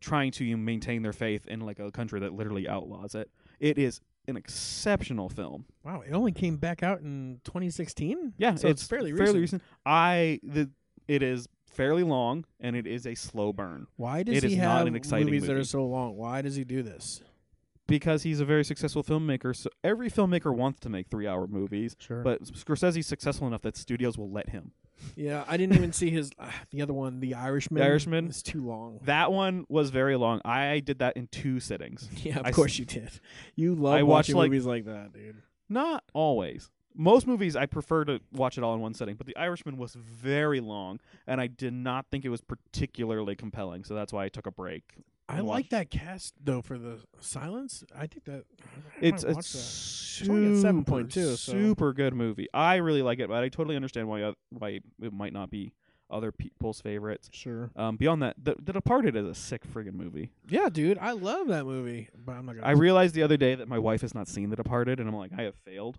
Speaker 2: trying to maintain their faith in like a country that literally outlaws it. It is an exceptional film.
Speaker 1: Wow, it only came back out in 2016.
Speaker 2: Yeah,
Speaker 1: so it's, fairly recent.
Speaker 2: fairly recent. I the it is fairly long and it is a slow burn
Speaker 1: Why does
Speaker 2: It
Speaker 1: he
Speaker 2: is not
Speaker 1: have
Speaker 2: an exciting
Speaker 1: movies that
Speaker 2: movie.
Speaker 1: are so long? Why does he do this?
Speaker 2: because he's a very successful filmmaker. So every filmmaker wants to make three-hour movies,
Speaker 1: Sure.
Speaker 2: but Scorsese's successful enough that studios will let him.
Speaker 1: yeah, I didn't even see his uh, the other one, The Irishman.
Speaker 2: Irishman?
Speaker 1: It's too long.
Speaker 2: That one was very long. I did that in two sittings.
Speaker 1: Yeah, of
Speaker 2: I s-
Speaker 1: course you did. You love
Speaker 2: I watched,
Speaker 1: watching
Speaker 2: like-
Speaker 1: movies like that, dude.
Speaker 2: Not always. Most movies I prefer to watch it all in one setting, but The Irishman was very long, and I did not think it was particularly compelling, so that's why I took a break.
Speaker 1: I
Speaker 2: and
Speaker 1: like
Speaker 2: watched-
Speaker 1: that cast though for the silence. I think that I
Speaker 2: It's
Speaker 1: might
Speaker 2: a
Speaker 1: watch that. only at
Speaker 2: super,
Speaker 1: 7.2, so-
Speaker 2: super good movie. I really like it, but I totally understand why oth- why it might not be other people's favorites.
Speaker 1: Sure.
Speaker 2: Um, beyond that, the, the Departed is a sick friggin' movie.
Speaker 1: Yeah, dude, I love that movie, but I'm not gonna.
Speaker 2: I realized the other day that my wife has not seen The Departed, and I'm like, I have failed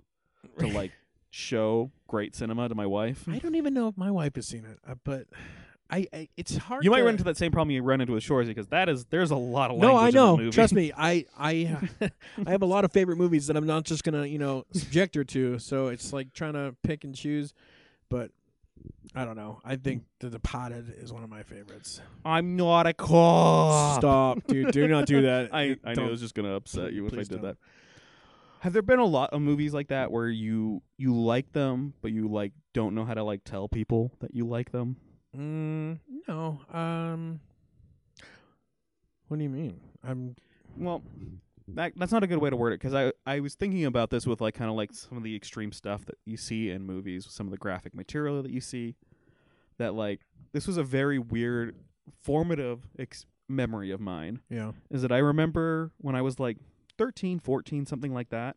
Speaker 2: to like show great cinema to my wife.
Speaker 1: I don't even know if my wife has seen it, uh, but I, I it's hard.
Speaker 2: You might
Speaker 1: to-
Speaker 2: run into that same problem you run into with Shores because that is there's a lot of
Speaker 1: No, I
Speaker 2: language in that
Speaker 1: know.
Speaker 2: movie.
Speaker 1: Trust me, I I I have a lot of favorite movies that I'm not just gonna you know subject her to. So it's like trying to pick and choose, but I don't know. I think The Departed is one of my favorites.
Speaker 2: I'm not a cop.
Speaker 1: Stop, dude! Do not do that.
Speaker 2: Ah. I,
Speaker 1: It-
Speaker 2: I knew
Speaker 1: don't-
Speaker 2: it was just gonna upset you if I
Speaker 1: Please
Speaker 2: did
Speaker 1: don't.
Speaker 2: that. Have there been a lot of movies like that where you you like them but you like don't know how to like tell people that you like them?
Speaker 1: Mm, no. Um. What do you mean? I'm
Speaker 2: Well, that, that's not a good way to word it because I I was thinking about this with like kind of like some of the extreme stuff that you see in movies, some of the graphic material that you see. That like this was a very weird formative ex- memory of mine.
Speaker 1: yeah.
Speaker 2: is that I remember when I was like 13, 14, something like that.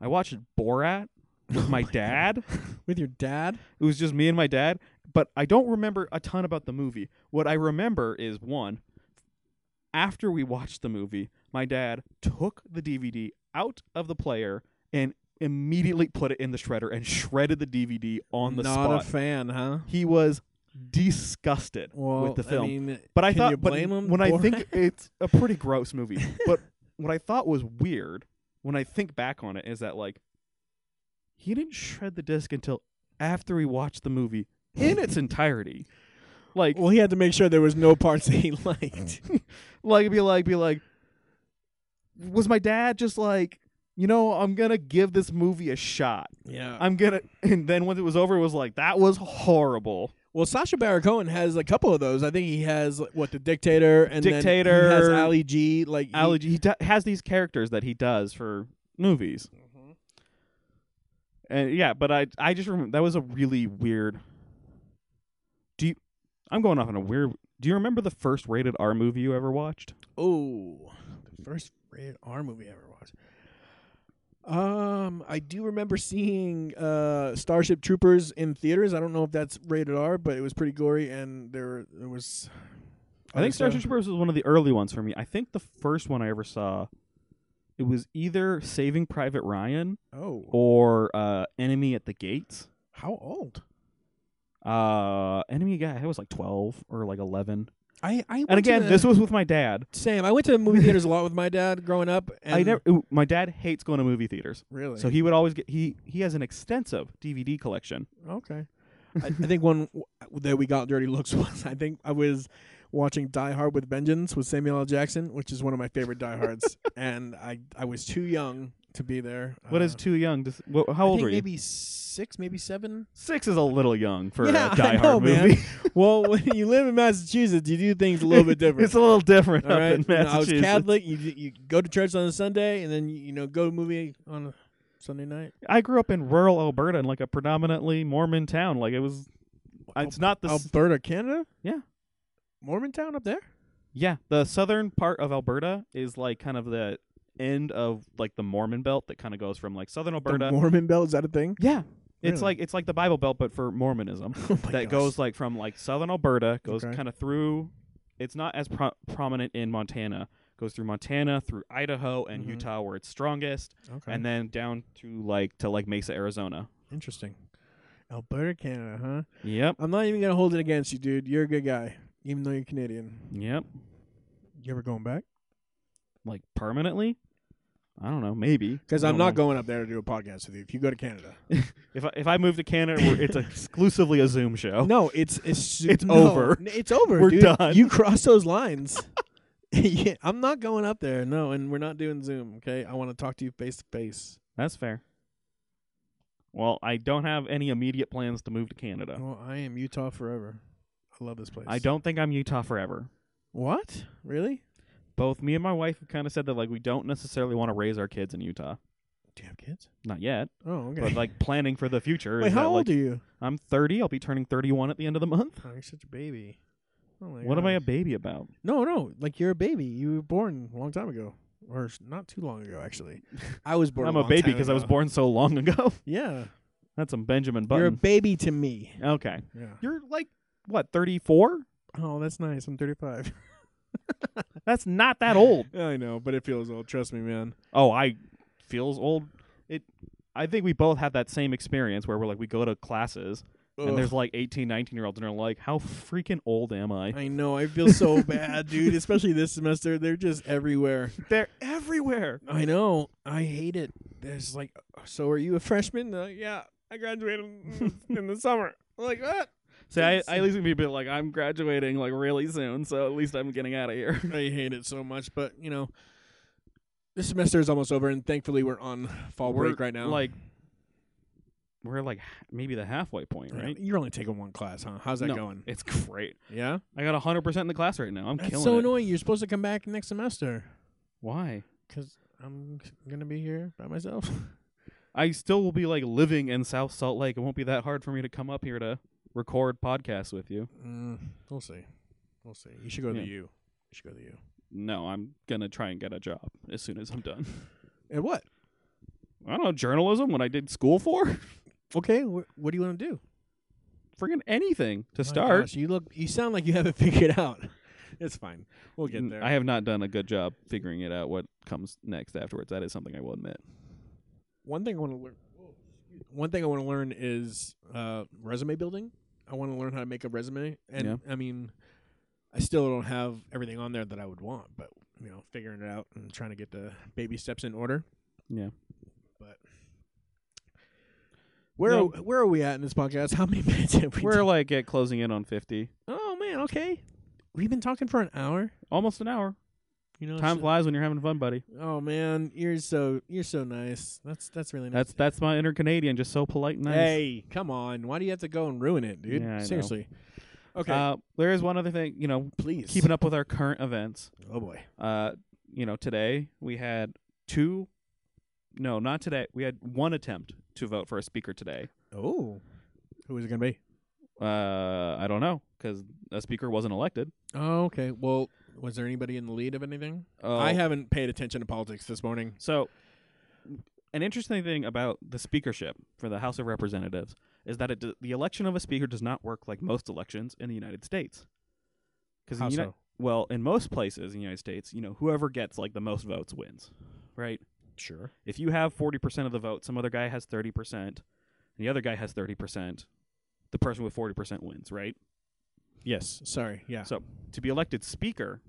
Speaker 2: I watched Borat
Speaker 1: Oh
Speaker 2: with my dad.
Speaker 1: With your dad?
Speaker 2: It was just me and my dad, but I don't remember a ton about the movie. What I remember is one, after we watched the movie, my dad took the DVD out of the player and immediately put it in the shredder and shredded the DVD on the
Speaker 1: not
Speaker 2: spot.
Speaker 1: a fan, huh?
Speaker 2: he was disgusted
Speaker 1: Well,
Speaker 2: with the film.
Speaker 1: I mean,
Speaker 2: But I
Speaker 1: can
Speaker 2: thought,
Speaker 1: you
Speaker 2: but
Speaker 1: blame him
Speaker 2: when I
Speaker 1: for
Speaker 2: think
Speaker 1: it?
Speaker 2: it's a pretty gross movie, but what I thought was weird when I think back on it is that like he didn't shred the disc until after we watched the movie in its entirety. Like,
Speaker 1: well, he had to make sure there was no parts that he liked.
Speaker 2: like be like, be like, was my dad just like, you know, I'm gonna give this movie a shot.
Speaker 1: yeah.
Speaker 2: I'm gonna, and then once it was over, it was like that was horrible.
Speaker 1: well, Sasha Baron Cohen has a couple of those. I think he has like, what the Dictator and then
Speaker 2: Dictator.
Speaker 1: he has Ali G. Like he-
Speaker 2: allergy. He do- has these characters that he does for movies. And yeah, but I I just remember that was a really weird. Do you, I'm going off on a weird. Do you remember the first rated R movie you ever watched?
Speaker 1: Oh, the first rated R movie I ever watched. Um, I do remember seeing uh Starship Troopers in theaters. I don't know if that's rated R, but it was pretty gory, and there were- there was.
Speaker 2: I think
Speaker 1: other
Speaker 2: Starship
Speaker 1: stuff.
Speaker 2: Troopers was one of the early ones for me. I think the first one I ever saw, it was either Saving Private Ryan
Speaker 1: Oh,
Speaker 2: or uh, Enemy at the Gates.
Speaker 5: How old?
Speaker 2: Uh, enemy guy. I was like twelve or like eleven.
Speaker 1: I, I
Speaker 2: And again, this was with my dad.
Speaker 1: Sam. I went to movie theaters a lot with my dad growing up. And
Speaker 2: I never. ooh, My dad hates going to movie theaters,
Speaker 1: really.
Speaker 2: so he would always get. He he has an extensive DVD collection.
Speaker 1: Okay. I, I think one w- that we got dirty looks was I think I was watching Die Hard with Vengeance with Samuel L. Jackson, which is one of my favorite Die Hards, and I I was too young to be there.
Speaker 2: What is
Speaker 1: Uh,
Speaker 2: too young? To, s- wha- how
Speaker 1: I
Speaker 2: old
Speaker 1: think
Speaker 2: are you?
Speaker 1: Maybe six, maybe seven.
Speaker 2: Six is a little young for
Speaker 1: Yeah,
Speaker 2: a
Speaker 1: I
Speaker 2: Die
Speaker 1: know,
Speaker 2: Hard
Speaker 1: man.
Speaker 2: movie.
Speaker 1: well, when you live in Massachusetts, you do things a little bit different.
Speaker 2: it's a little different
Speaker 1: all
Speaker 2: up
Speaker 1: right,
Speaker 2: in
Speaker 1: You know, I was
Speaker 2: Massachusetts.
Speaker 1: Catholic. You you go to church on a Sunday, and then you know go to a movie on a Sunday night.
Speaker 2: I grew up in rural Alberta in like a predominantly Mormon town. Like it was, it's not the s-
Speaker 1: Alberta, Canada.
Speaker 2: Yeah.
Speaker 1: Mormontown up there.
Speaker 2: yeah the southern part of Alberta is like kind of the end of like the Mormon belt that kind of goes from like southern
Speaker 1: The
Speaker 2: Alberta.
Speaker 1: Mormon Bell is that a thing?
Speaker 2: yeah, it's
Speaker 1: Really?
Speaker 2: like it's like the Bible belt but for Mormonism
Speaker 1: Oh my
Speaker 2: that
Speaker 1: gosh.
Speaker 2: goes like from like southern Alberta goes
Speaker 1: Okay.
Speaker 2: kind of through. It's not as pro- prominent in Montana. Goes through Montana, through Idaho and
Speaker 1: Mhm.
Speaker 2: Utah where it's strongest,
Speaker 1: Okay.
Speaker 2: and then down to like to like Mesa, Arizona.
Speaker 1: Interesting. Alberta, Canada, huh?
Speaker 2: Yep,
Speaker 1: I'm not even gonna hold it against you, dude. You're a good guy, even though you're Canadian.
Speaker 2: yep.
Speaker 1: You ever going back?
Speaker 2: like permanently. I don't know, maybe
Speaker 1: Because
Speaker 2: I
Speaker 1: I'm
Speaker 2: don't
Speaker 1: not
Speaker 2: know.
Speaker 1: going up there to do a podcast with you. If you go to Canada,
Speaker 2: If I, if I move to Canada, we're, it's exclusively a Zoom show.
Speaker 1: no, it's it's
Speaker 2: Oh. It's
Speaker 1: no,
Speaker 2: over.
Speaker 1: n- It's over.
Speaker 2: We're
Speaker 1: dude.
Speaker 2: done.
Speaker 1: You cross those lines. yeah, I'm not going up there. No, and we're not doing Zoom. Okay, I want to talk to you face to face.
Speaker 2: That's fair. Well, I don't have any immediate plans to move to Canada.
Speaker 1: Well, I am Utah forever. I love this place.
Speaker 2: I don't think I'm Utah forever.
Speaker 1: What? Really?
Speaker 2: Both me and my wife have kind of said that like we don't necessarily want to raise our kids in Utah.
Speaker 1: Do you have kids?
Speaker 2: Not yet,
Speaker 1: Oh, okay.
Speaker 2: but like planning for the future.
Speaker 1: Wait,
Speaker 2: is
Speaker 1: how
Speaker 2: that,
Speaker 1: old
Speaker 2: like,
Speaker 1: are you?
Speaker 2: I'm 30. I'll be turning 31 at the end of the month.
Speaker 1: Oh, you're such a baby. Oh my
Speaker 2: What am
Speaker 1: God.
Speaker 2: I a baby about?
Speaker 1: No, no. Like you're a baby. You were born a long time ago, or s- not too long ago, actually. I was born.
Speaker 2: I'm
Speaker 1: a
Speaker 2: a baby because I was born so long ago.
Speaker 1: Yeah,
Speaker 2: That's some Benjamin
Speaker 1: you're a
Speaker 2: Button.
Speaker 1: baby to me.
Speaker 2: okay,
Speaker 1: Yeah.
Speaker 2: you're like what 34?
Speaker 1: Oh, that's nice. I'm 35.
Speaker 2: That's not that old.
Speaker 1: I know, but it feels old. Trust me, man.
Speaker 2: Oh, I feels old. It. I think we both have that same experience where we're like we go to classes and there's like 18, 19 year olds and they're like, how freaking old am I?
Speaker 1: I know. I feel so bad, dude. Especially this semester, they're just everywhere.
Speaker 2: They're everywhere.
Speaker 1: I know. I hate it. There's like, so are you a freshman? Uh, yeah, I graduated Mm. in- in the summer. I'm like what?
Speaker 2: So I, I at least can be a bit like I'm graduating like really soon, so at least I'm getting out of here.
Speaker 1: I hate it so much, but you know, this semester is almost over, and thankfully we're on fall
Speaker 2: We're,
Speaker 1: break right now.
Speaker 2: Like we're like h- maybe the halfway point,
Speaker 1: Yeah,
Speaker 2: right?
Speaker 1: You're only taking one class, huh? How's that
Speaker 2: No,
Speaker 1: going?
Speaker 2: It's great.
Speaker 1: Yeah,
Speaker 2: I got 100% in the class right now. I'm
Speaker 1: that's
Speaker 2: killing
Speaker 1: so
Speaker 2: it.
Speaker 1: annoying. You're supposed to come back next semester
Speaker 2: Why?
Speaker 1: because I'm gonna be here by myself.
Speaker 2: I still will be like living in South Salt Lake. It won't be that hard for me to come up here to record podcasts with you.
Speaker 1: Mm, we'll see. We'll see. You should go
Speaker 2: Yeah.
Speaker 1: to you. You should go to you.
Speaker 2: No, I'm gonna try and get a job as soon as I'm done.
Speaker 1: And what?
Speaker 2: I don't know journalism. What I did school for,
Speaker 1: Okay, wh- what do you want to do?
Speaker 2: freaking anything to
Speaker 1: My
Speaker 2: start.
Speaker 1: gosh, you look. You sound like you haven't figured out. It's fine. We'll get
Speaker 2: N-
Speaker 1: there.
Speaker 2: I have not done a good job figuring it out. What comes next afterwards? That is something I will admit.
Speaker 1: one thing I want to learn. One thing I want to learn is uh, resume building. I want to learn how to make a resume, and I mean, I still don't have everything on there that I would want, but you know, figuring it out and trying to get the baby steps in order.
Speaker 2: Yeah.
Speaker 1: But where
Speaker 2: No.
Speaker 1: are, where are we at in this podcast? How many minutes have we?
Speaker 2: We're
Speaker 1: done?
Speaker 2: like at closing in on fifty,
Speaker 1: oh man, okay. We've been talking for an hour.
Speaker 2: almost an hour.
Speaker 1: You know,
Speaker 2: Time
Speaker 1: so-
Speaker 2: flies when you're having fun, buddy.
Speaker 1: oh man, you're so you're so nice. That's that's really nice.
Speaker 2: That's that's my inner Canadian, just so polite and nice.
Speaker 1: Hey, come on. Why do you have to go and ruin it, dude?
Speaker 2: Yeah, I know.
Speaker 1: Seriously. Okay.
Speaker 2: Uh, there is one other thing. You know,
Speaker 1: please.
Speaker 2: keeping up with our current events.
Speaker 1: Oh boy.
Speaker 2: uh, you know, today we had two. No, not today. We had one attempt to vote for a speaker today.
Speaker 1: Oh. Who is it going to be?
Speaker 2: Uh, I don't know because a speaker wasn't elected.
Speaker 1: Oh, okay. Well, was there anybody in the lead of anything?
Speaker 2: Uh,
Speaker 1: I haven't paid attention to politics this morning.
Speaker 2: So, an interesting thing about the speakership for the House of Representatives is that it d- the election of a speaker does not work like most elections in the United States. Because
Speaker 1: How
Speaker 2: in the Uni-
Speaker 1: so?
Speaker 2: well, in most places in the United States, you know, whoever gets like the most votes wins, right?
Speaker 1: Sure.
Speaker 2: If you have 40% of the vote, some other guy has 30%, and and the other guy has 30%, the person with 40% wins, right?
Speaker 1: Yes. Sorry. Yeah.
Speaker 2: So to be elected speaker,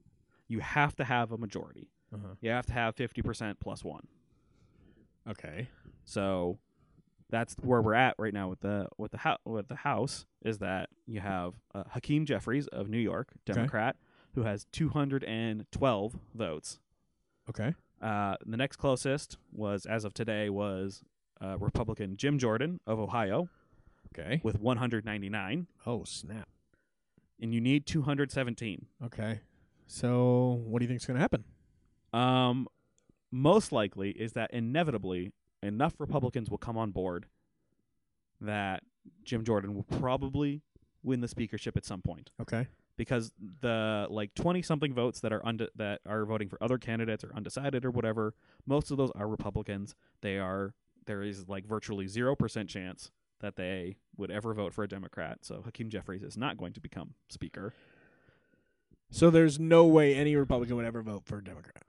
Speaker 2: you have to have a majority.
Speaker 1: Uh-huh.
Speaker 2: You have to have 50% plus one.
Speaker 1: Okay.
Speaker 2: So that's where we're at right now with the with the ho- with the House is that you have uh, Hakeem Jeffries of New York, Democrat, who has 212 votes.
Speaker 1: Okay.
Speaker 2: Uh, the next closest was, as of today, was uh, Republican Jim Jordan of Ohio
Speaker 1: Okay.
Speaker 2: with 199,
Speaker 1: Oh snap.
Speaker 2: and you need 217.
Speaker 1: Okay. So what do you think's gonna happen?
Speaker 2: Um, most likely is that inevitably enough Republicans will come on board that Jim Jordan will probably win the speakership at some point
Speaker 1: Okay.
Speaker 2: because the like 20 something votes that are und- that are voting for other candidates or undecided or whatever, most of those are Republicans. They are there is like virtually 0% chance that they would ever vote for a Democrat. So Hakeem Jeffries is not going to become speaker.
Speaker 1: So there's no way any Republican would ever vote for a Democrat.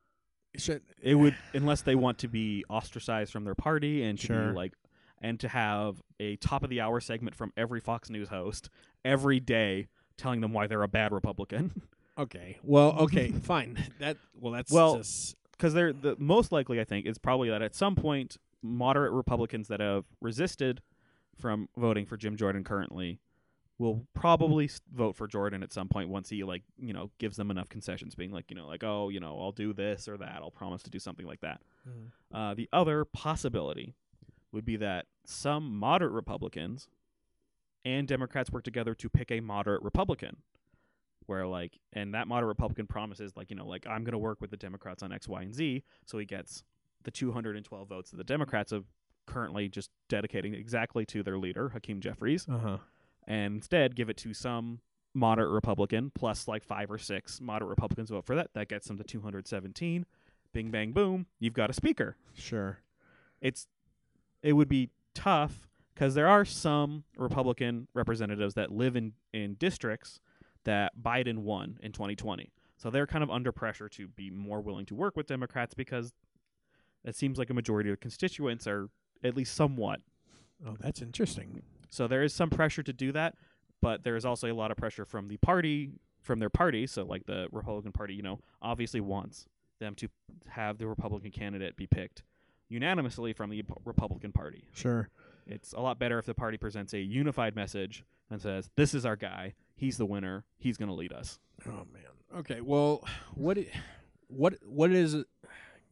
Speaker 1: Should
Speaker 2: It would unless they want to be ostracized from their party and to
Speaker 1: Sure.
Speaker 2: be like and to have a top of the hour segment from every Fox News host every day telling them why they're a bad Republican.
Speaker 1: okay. Well, okay, fine. That well, that's
Speaker 2: Well-
Speaker 1: just,
Speaker 2: Because they're the most likely I think is probably that at some point moderate Republicans that have resisted from voting for Jim Jordan currently will probably s- vote for Jordan at some point once he like you know gives them enough concessions being like you know like oh you know I'll do this or that I'll promise to do something like that
Speaker 1: Mhm.
Speaker 2: uh, the other possibility would be that some moderate Republicans and Democrats work together to pick a moderate Republican where like and that moderate Republican promises like you know like I'm going to work with the Democrats on X Y and Z so he gets the 212 votes that the Democrats have currently just dedicating exactly to their leader Hakeem Jeffries
Speaker 1: uh-huh.
Speaker 2: and instead give it to some moderate Republican plus like five or six moderate Republicans vote for that. That gets them to 217. Bing, bang, boom. You've got a speaker.
Speaker 1: Sure.
Speaker 2: It's it would be tough because there are some Republican representatives that live in in districts that Biden won in 2020. So they're kind of under pressure to be more willing to work with Democrats because it seems like a majority of constituents are at least somewhat
Speaker 1: Oh, that's interesting.
Speaker 2: so there is some pressure to do that, but there is also a lot of pressure from the party, from their party. So like the Republican Party, you know, obviously wants them to have the Republican candidate be picked unanimously from the Republican Party.
Speaker 1: Sure.
Speaker 2: It's a lot better if the party presents a unified message and says, "This is our guy. He's the winner. He's going to lead us."
Speaker 1: Oh man. Okay. Well, what i- what what is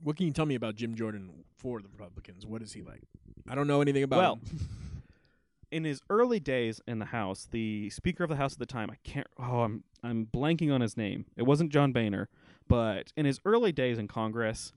Speaker 1: what can you tell me about Jim Jordan for the Republicans? What is he like? I don't know anything about
Speaker 2: Well,
Speaker 1: him.
Speaker 2: in his early days in the House, the Speaker of the House at the time, I can't. Oh, I'm I'm blanking on his name. It wasn't John Boehner, but in his early days in Congress,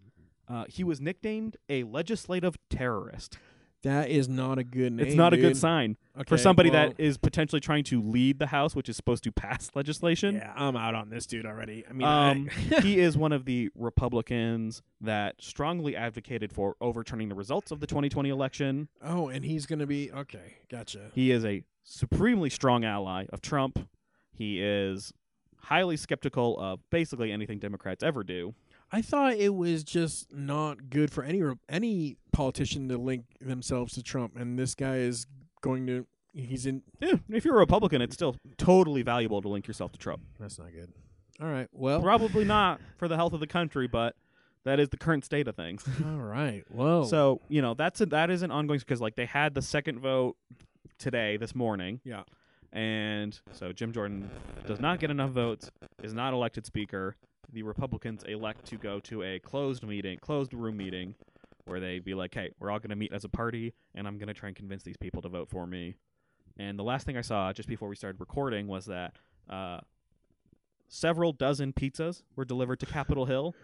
Speaker 2: uh, he was nicknamed a legislative terrorist.
Speaker 1: that is not a good name.
Speaker 2: it's not a
Speaker 1: dude.
Speaker 2: good sign for
Speaker 1: Okay,
Speaker 2: somebody
Speaker 1: well,
Speaker 2: that is potentially trying to lead the House, which is supposed to pass legislation.
Speaker 1: Yeah, I'm out on this dude already. I mean,
Speaker 2: Um,
Speaker 1: I-
Speaker 2: he is one of the Republicans that strongly advocated for overturning the results of the 2020 election.
Speaker 1: oh, and he's gonna be okay. Gotcha.
Speaker 2: He is a supremely strong ally of Trump. He is highly skeptical of basically anything Democrats ever do.
Speaker 1: I thought it was just not good for any re- any politician to link themselves to Trump, and this guy is going to. He's in.
Speaker 2: Yeah, if you're a Republican, it's still totally valuable to link yourself to Trump.
Speaker 1: That's not good. All right. Well.
Speaker 2: Probably not for the health of the country, but that is the current state of things.
Speaker 1: All right. Well.
Speaker 2: So you know that's a, that is an ongoing because like they had the second vote today this morning.
Speaker 1: Yeah.
Speaker 2: and so Jim Jordan does not get enough votes, is not elected speaker. The Republicans elect to go to a closed meeting, closed room meeting, where they be like, "Hey, we're all going to meet as a party, and I'm going to try and convince these people to vote for me." And the last thing I saw just before we started recording was that uh, several dozen pizzas were delivered to Capitol Hill,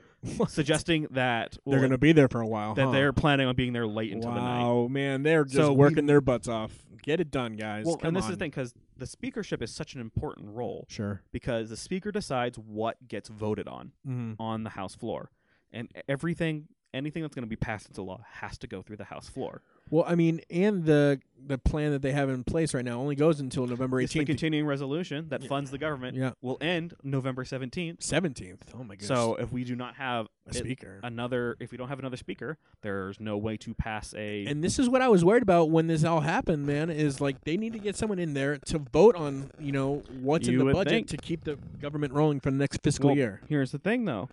Speaker 2: suggesting that
Speaker 1: they're
Speaker 2: well,
Speaker 1: going to be there for a while.
Speaker 2: that
Speaker 1: huh?
Speaker 2: they're planning on being there late into the night.
Speaker 1: Uh-huh. wow, man, they're just
Speaker 2: So we-
Speaker 1: working their butts off. Get it done, guys.
Speaker 2: Well,
Speaker 1: Come
Speaker 2: and this is the
Speaker 1: on.
Speaker 2: thing because the speakership is such an important role
Speaker 1: Sure.
Speaker 2: because the speaker decides what gets voted on
Speaker 1: Mm-hmm.
Speaker 2: on e-, the House floor, and everything, anything that's going to be passed into law has to go through the House floor.
Speaker 1: Well, I mean, and the the plan that they have in place right now only goes until November
Speaker 2: It's the
Speaker 1: eighteenth,
Speaker 2: continuing resolution that funds the government.
Speaker 1: Yeah.
Speaker 2: Will end November 17th.
Speaker 1: seventeenth. Oh my goodness!
Speaker 2: So if we do not have
Speaker 1: a
Speaker 2: it-
Speaker 1: speaker.
Speaker 2: another, if we don't have another speaker, there's no way to pass a.
Speaker 1: and this is what I was worried about when this all happened, man. Is like they need to get someone in there to vote on, you know, what's
Speaker 2: You
Speaker 1: in the
Speaker 2: would
Speaker 1: budget
Speaker 2: think.
Speaker 1: to keep the government rolling for the next fiscal
Speaker 2: Well,
Speaker 1: year.
Speaker 2: Here's the thing, though.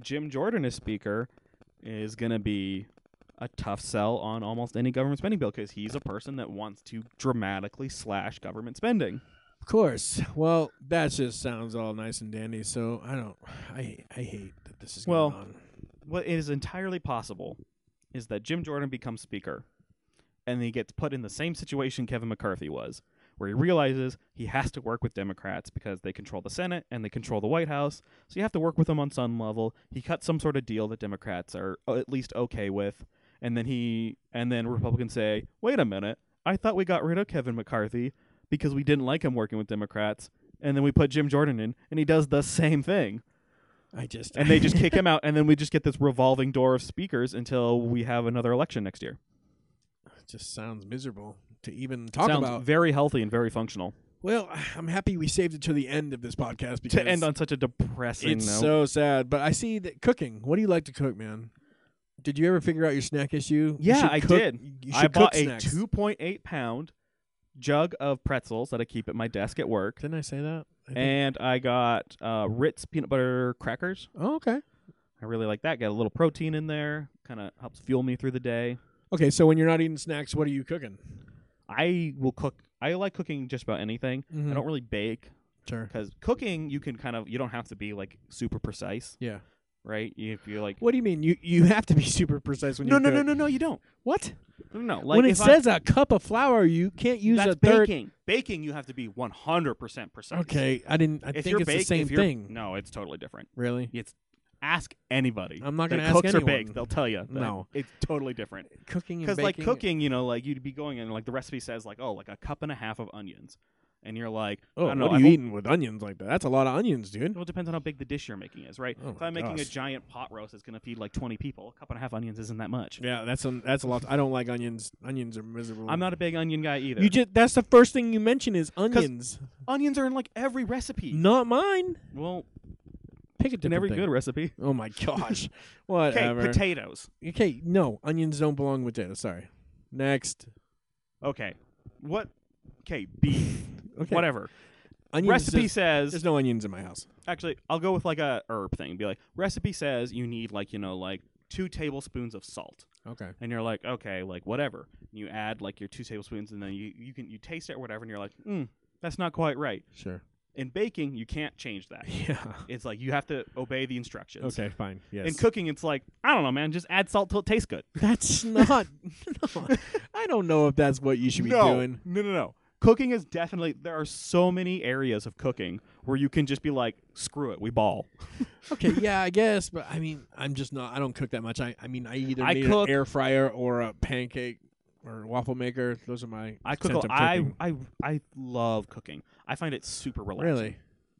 Speaker 2: Jim Jordan as speaker is going to be a tough sell on almost any government spending bill because he's a person that wants to dramatically slash government spending.
Speaker 1: Of course. Well, that just sounds all nice and dandy. So I don't. I I hate that this is going
Speaker 2: Well,
Speaker 1: on.
Speaker 2: What is entirely possible is that Jim Jordan becomes speaker and he gets put in the same situation Kevin McCarthy was, where he realizes he has to work with Democrats because they control the Senate and they control the White House. So you have to work with them on some level. He cuts some sort of deal that Democrats are uh, at least okay with. And then he and then Republicans say, "Wait a minute. I thought we got rid of Kevin McCarthy because we didn't like him working with Democrats." And then we put Jim Jordan in and he does the same thing
Speaker 1: I just
Speaker 2: and they just kick him out, and then we just get this revolving door of speakers until we have another election next year.
Speaker 1: it just sounds miserable to even talk
Speaker 2: Sounds
Speaker 1: about.
Speaker 2: very healthy and very functional.
Speaker 1: well, I'm happy we saved it to the end of this podcast because
Speaker 2: To end on such a depressing
Speaker 1: It's
Speaker 2: note,
Speaker 1: so sad, but I see that cooking. What do you like to cook, man? Did you ever figure out your snack issue? You
Speaker 2: Yeah,
Speaker 1: should
Speaker 2: I
Speaker 1: cook-
Speaker 2: did.
Speaker 1: You should
Speaker 2: I bought
Speaker 1: cook
Speaker 2: a
Speaker 1: snacks.
Speaker 2: 2.8 pound jug of pretzels that I keep at my desk at work,
Speaker 1: Didn't I say that? I think-
Speaker 2: and I got uh, Ritz peanut butter crackers.
Speaker 1: oh, okay.
Speaker 2: I really like that. Got a little protein in there, kind of helps fuel me through the day.
Speaker 1: Okay, so when you're not eating snacks, what are you cooking?
Speaker 2: I will cook. I like cooking just about anything.
Speaker 1: Mm-hmm.
Speaker 2: I don't really bake
Speaker 1: Sure.
Speaker 2: because cooking you can kind of you don't have to be like super precise.
Speaker 1: Yeah.
Speaker 2: right? You- If you're like,
Speaker 1: What do you mean? You you have to be super precise when
Speaker 2: no,
Speaker 1: you
Speaker 2: no,
Speaker 1: cook.
Speaker 2: no, no, no, you don't.
Speaker 1: What?
Speaker 2: No, no, like
Speaker 1: when it
Speaker 2: if I-
Speaker 1: says a cup of flour, you can't use
Speaker 2: that's
Speaker 1: a third.
Speaker 2: baking, baking, you have to be 100 percent precise.
Speaker 1: Okay, I didn't. I
Speaker 2: if
Speaker 1: think
Speaker 2: you're
Speaker 1: it's
Speaker 2: bake-
Speaker 1: the same
Speaker 2: if you're-
Speaker 1: thing.
Speaker 2: No, it's totally different.
Speaker 1: Really?
Speaker 2: It's ask anybody.
Speaker 1: I'm not gonna
Speaker 2: that
Speaker 1: ask
Speaker 2: cooks
Speaker 1: anyone.
Speaker 2: or bake. They'll tell you. that
Speaker 1: No.
Speaker 2: it's totally different.
Speaker 1: Cooking and
Speaker 2: Because like
Speaker 1: baking-
Speaker 2: cooking, you know, like you'd be going and like the recipe says like, oh, like a cup and a half of onions, and you're like,
Speaker 1: Oh,
Speaker 2: I don't know,
Speaker 1: what are
Speaker 2: I've
Speaker 1: you
Speaker 2: o-
Speaker 1: eating with onions like that? That's a lot of onions, dude.
Speaker 2: Well, it depends on how big the dish you're making is, right?
Speaker 1: Oh
Speaker 2: if
Speaker 1: my
Speaker 2: I'm making a
Speaker 1: gosh.
Speaker 2: giant pot roast that's going to feed like 20 people, a cup and a half onions isn't that much.
Speaker 1: Yeah, that's a, that's a lot. I don't like onions. Onions are miserable.
Speaker 2: I'm not a big onion guy either.
Speaker 1: You just that's the first thing you mention is onions.
Speaker 2: onions are in like every recipe.
Speaker 1: Not mine.
Speaker 2: Well,
Speaker 1: Pick a
Speaker 2: in
Speaker 1: different
Speaker 2: every
Speaker 1: thing.
Speaker 2: good recipe.
Speaker 1: Oh my gosh.
Speaker 2: Okay,
Speaker 1: Whatever.
Speaker 2: potatoes.
Speaker 1: okay, no, onions don't belong with data. Sorry. Next.
Speaker 2: Okay, what? Okay, beef.
Speaker 1: Okay.
Speaker 2: Whatever.
Speaker 1: Onions
Speaker 2: Recipe
Speaker 1: just-
Speaker 2: says.
Speaker 1: There's no onions in my house.
Speaker 2: actually, I'll go with like a herb thing. Be like, recipe says you need like you know like two tablespoons of salt,
Speaker 1: Okay.
Speaker 2: and you're like, okay, like whatever. And you add like your two tablespoons, and then you you can you taste it or whatever, and you're like, mm, that's not quite right.
Speaker 1: Sure.
Speaker 2: In baking, you can't change that.
Speaker 1: Yeah.
Speaker 2: It's like you have to obey the instructions.
Speaker 1: Okay, fine. Yes.
Speaker 2: In cooking, it's like I don't know, man. Just add salt till it tastes good.
Speaker 1: that's not no, I don't know if that's what you should be
Speaker 2: no,
Speaker 1: doing.
Speaker 2: No, no, no. Cooking is definitely there are so many areas of cooking where you can just be like, screw it, we ball.
Speaker 1: Okay, yeah, I guess, but I mean, I'm just not I don't cook that much. I I mean, I either
Speaker 2: I
Speaker 1: need
Speaker 2: cook-
Speaker 1: an air fryer or a pancake or waffle maker. Those are my
Speaker 2: I cook.
Speaker 1: sense
Speaker 2: a-
Speaker 1: of
Speaker 2: I
Speaker 1: cooking.
Speaker 2: I I love cooking. I find it super relaxing.
Speaker 1: Really?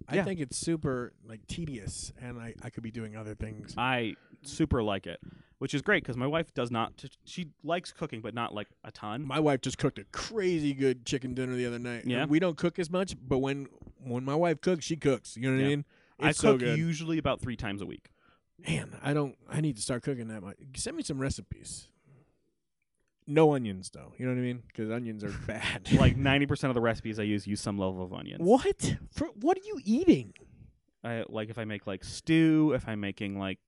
Speaker 1: I
Speaker 2: Yeah.
Speaker 1: think it's super like tedious, and I, I could be doing other things.
Speaker 2: I super like it, which is great because my wife does not. t- She likes cooking, but not like a ton.
Speaker 1: My wife just cooked a crazy good chicken dinner the other night.
Speaker 2: Yeah?
Speaker 1: And we don't cook as much, but when when my wife cooks, she cooks. You know what I
Speaker 2: Yeah.
Speaker 1: mean? It's
Speaker 2: I cook
Speaker 1: so good.
Speaker 2: usually about three times a week.
Speaker 1: Man, I don't. I need to start cooking that much. Send me some recipes. No onions, though. You know what I mean? Because onions are bad.
Speaker 2: Like ninety percent of the recipes I use use some level of onions.
Speaker 1: what? For, what are you eating?
Speaker 2: I, like if I make like stew, if I'm making like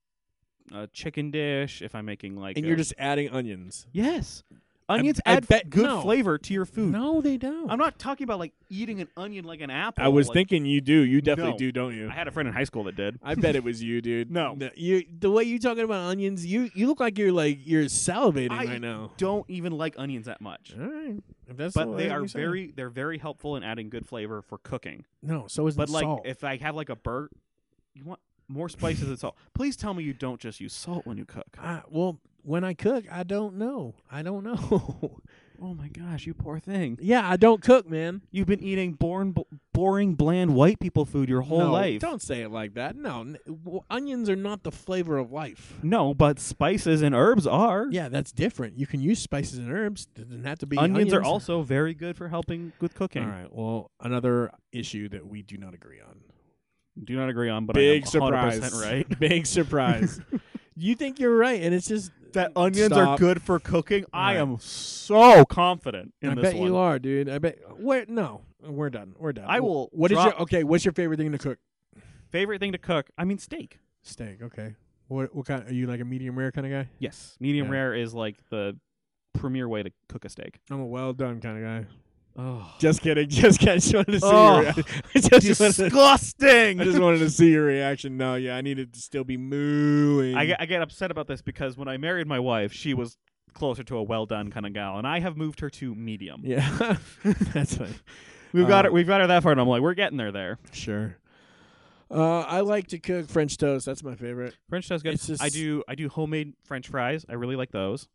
Speaker 2: a chicken dish, if I'm making like
Speaker 1: And
Speaker 2: a-
Speaker 1: you're just adding onions?
Speaker 2: Yes. Onions
Speaker 1: I
Speaker 2: add f-
Speaker 1: bet-
Speaker 2: good
Speaker 1: no.
Speaker 2: flavor to your food.
Speaker 1: No, they don't.
Speaker 2: I'm not talking about like eating an onion like an apple.
Speaker 6: I was
Speaker 2: like-
Speaker 6: thinking you do. You definitely
Speaker 2: No.
Speaker 6: do, don't you?
Speaker 2: I had a friend in high school that did.
Speaker 6: I bet it was you, dude.
Speaker 2: No.
Speaker 1: you the way you're talking about onions, you you look like you're like you're salivating
Speaker 2: I
Speaker 1: right now.
Speaker 2: don't even like onions that much.
Speaker 1: All right. If that's the
Speaker 2: But
Speaker 1: way
Speaker 2: they are
Speaker 1: you say it.
Speaker 2: very they're very helpful in adding good flavor for cooking.
Speaker 1: no. So is
Speaker 2: But
Speaker 1: the
Speaker 2: like
Speaker 1: salt.
Speaker 2: if I have like a burger, you want more spices than salt. Please tell me you don't just use salt when you cook.
Speaker 1: I, well, when I cook, I don't know. I don't know.
Speaker 2: Oh my gosh, you poor thing.
Speaker 1: Yeah, I don't cook, man.
Speaker 2: You've been eating boring, b- boring, bland white people food your whole
Speaker 1: No,
Speaker 2: life.
Speaker 1: Don't say it like that. No, n- w- onions are not the flavor of life.
Speaker 2: No, but spices and herbs are.
Speaker 1: Yeah, that's different. You can use spices and herbs. Doesn't have to be
Speaker 2: Onions, are also very good for helping with cooking.
Speaker 1: All right. Well, another issue that we do not agree on.
Speaker 2: Do not agree on, but
Speaker 7: Big
Speaker 2: I am 100%
Speaker 7: surprise.
Speaker 2: right.
Speaker 1: Big surprise. you think you're right, and it's just
Speaker 2: That onions are
Speaker 1: Stop.
Speaker 2: good for cooking. I
Speaker 1: All
Speaker 2: am so confident in
Speaker 1: I
Speaker 2: this
Speaker 1: bet
Speaker 2: one.
Speaker 1: you are, dude. I bet. Wait, no, we're done. We're done.
Speaker 2: I will
Speaker 1: What is
Speaker 2: drop-
Speaker 1: your okay? What's your favorite thing to cook?
Speaker 2: Favorite thing to cook? I mean, steak.
Speaker 1: Steak. Okay. What what kind? Are you like a medium rare kind of guy?
Speaker 2: Yes, medium
Speaker 1: Yeah.
Speaker 2: rare is like the premier way to cook a steak.
Speaker 1: I'm a well done kind of guy.
Speaker 2: Oh,
Speaker 7: Just kidding. Just kidding. I just wanted to see
Speaker 2: Oh,
Speaker 7: your rea- I just wanted to- I
Speaker 2: disgusting!
Speaker 7: just wanted to see your reaction. No, yeah, I needed to still be mooing.
Speaker 2: I get, I get upset about this because when I married my wife, she was closer to a well done kind of gal, and I have moved her to medium.
Speaker 1: Yeah, that's fine.
Speaker 2: We've got
Speaker 1: Uh,
Speaker 2: her, we've got her that far, and I'm like, we're getting there. There,
Speaker 1: Sure. Uh, I like to cook French toast. That's my favorite.
Speaker 2: French toast good.
Speaker 1: It's just-
Speaker 2: I do I do homemade French fries. I really like those.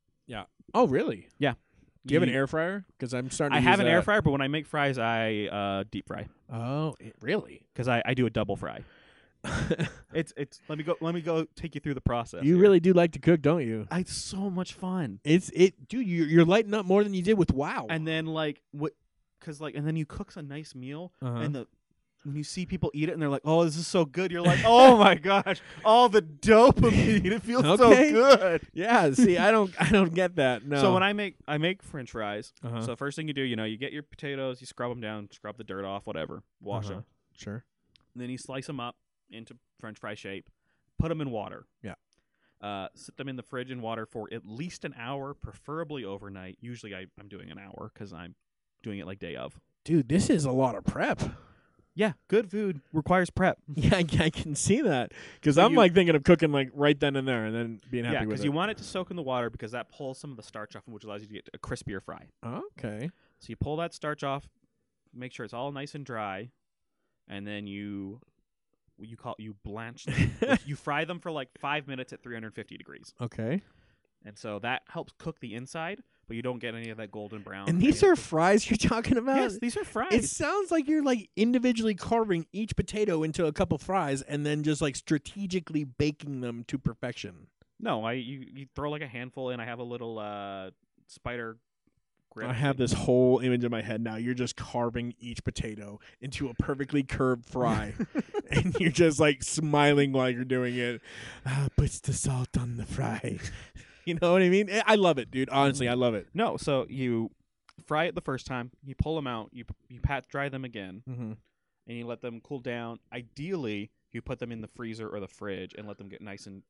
Speaker 1: Oh, really? Do you have an
Speaker 2: You-
Speaker 1: air fryer? Because I'm starting.
Speaker 2: I
Speaker 1: to
Speaker 2: have
Speaker 1: use
Speaker 2: an air
Speaker 1: that.
Speaker 2: fryer, but when I make fries, I uh, deep fry
Speaker 1: Oh, it- really?
Speaker 2: because I, I do a double fry. It's it's let me go let me go take you through the process.
Speaker 1: you
Speaker 2: here.
Speaker 1: really do like to cook, don't you?
Speaker 2: I, it's so much fun.
Speaker 1: It's it, dude. You're, you're lighting up more than you did with Wow.
Speaker 2: And then like what, because like and then you cook a nice meal,
Speaker 1: Uh-huh.
Speaker 2: and the when you see people eat it and they're like, oh, this is so good. You're like, oh my gosh, all the dopamine. It feels
Speaker 1: Okay.
Speaker 2: so good.
Speaker 1: yeah. See, I don't I don't get that. No.
Speaker 2: So when I make I make French fries.
Speaker 1: Uh-huh.
Speaker 2: So first thing you do, you know, you get your potatoes, you scrub them down, scrub the dirt off, whatever, wash
Speaker 1: Uh-huh.
Speaker 2: them,
Speaker 1: sure.
Speaker 2: and then you slice them up into French fry shape, put them in water.
Speaker 1: Yeah.
Speaker 2: Uh, sit them in the fridge in water for at least an hour, preferably overnight. Usually, I, I'm doing an hour because I'm doing it like day of.
Speaker 1: Dude, this is a lot of prep.
Speaker 2: Yeah, good food requires prep.
Speaker 1: Yeah, I, I can see that because
Speaker 2: So
Speaker 1: I'm
Speaker 2: you-
Speaker 1: like thinking of cooking like right then and there, and then being happy
Speaker 2: yeah,
Speaker 1: with
Speaker 2: because
Speaker 1: it.
Speaker 2: you want it to soak in the water because that pulls some of the starch off, which allows you to get a crispier fry.
Speaker 7: Oh,
Speaker 1: okay.
Speaker 2: So you pull that starch off, make sure it's all nice and dry, and then you you call you blanch them. Like, you fry them for like five minutes at 350 degrees.
Speaker 1: Okay.
Speaker 2: And so that helps cook the inside, but you don't get any of that golden brown.
Speaker 1: And these
Speaker 2: any-
Speaker 1: are fries you're talking
Speaker 7: uh,
Speaker 1: about.
Speaker 2: yes, these are fries.
Speaker 1: It sounds like you're like individually carving each potato into a couple fries and then just like strategically baking them to perfection.
Speaker 2: no, I you, you throw like a handful in. I have a little uh spider grip.
Speaker 7: I have
Speaker 2: thing.
Speaker 7: this whole image in my head now. You're just carving each potato into a perfectly curved fry, and you're just like smiling while you're doing it.
Speaker 1: Ah, puts the salt on the fry. you know what I mean? Eh, I- I love it, dude. Honestly,
Speaker 2: Mm-hmm.
Speaker 1: I love it.
Speaker 2: No, so you fry it the first time. You pull them out. You you pat dry them again,
Speaker 1: Mm-hmm.
Speaker 2: and you let them cool down. Ideally, you put them in the freezer or the fridge and let them get nice and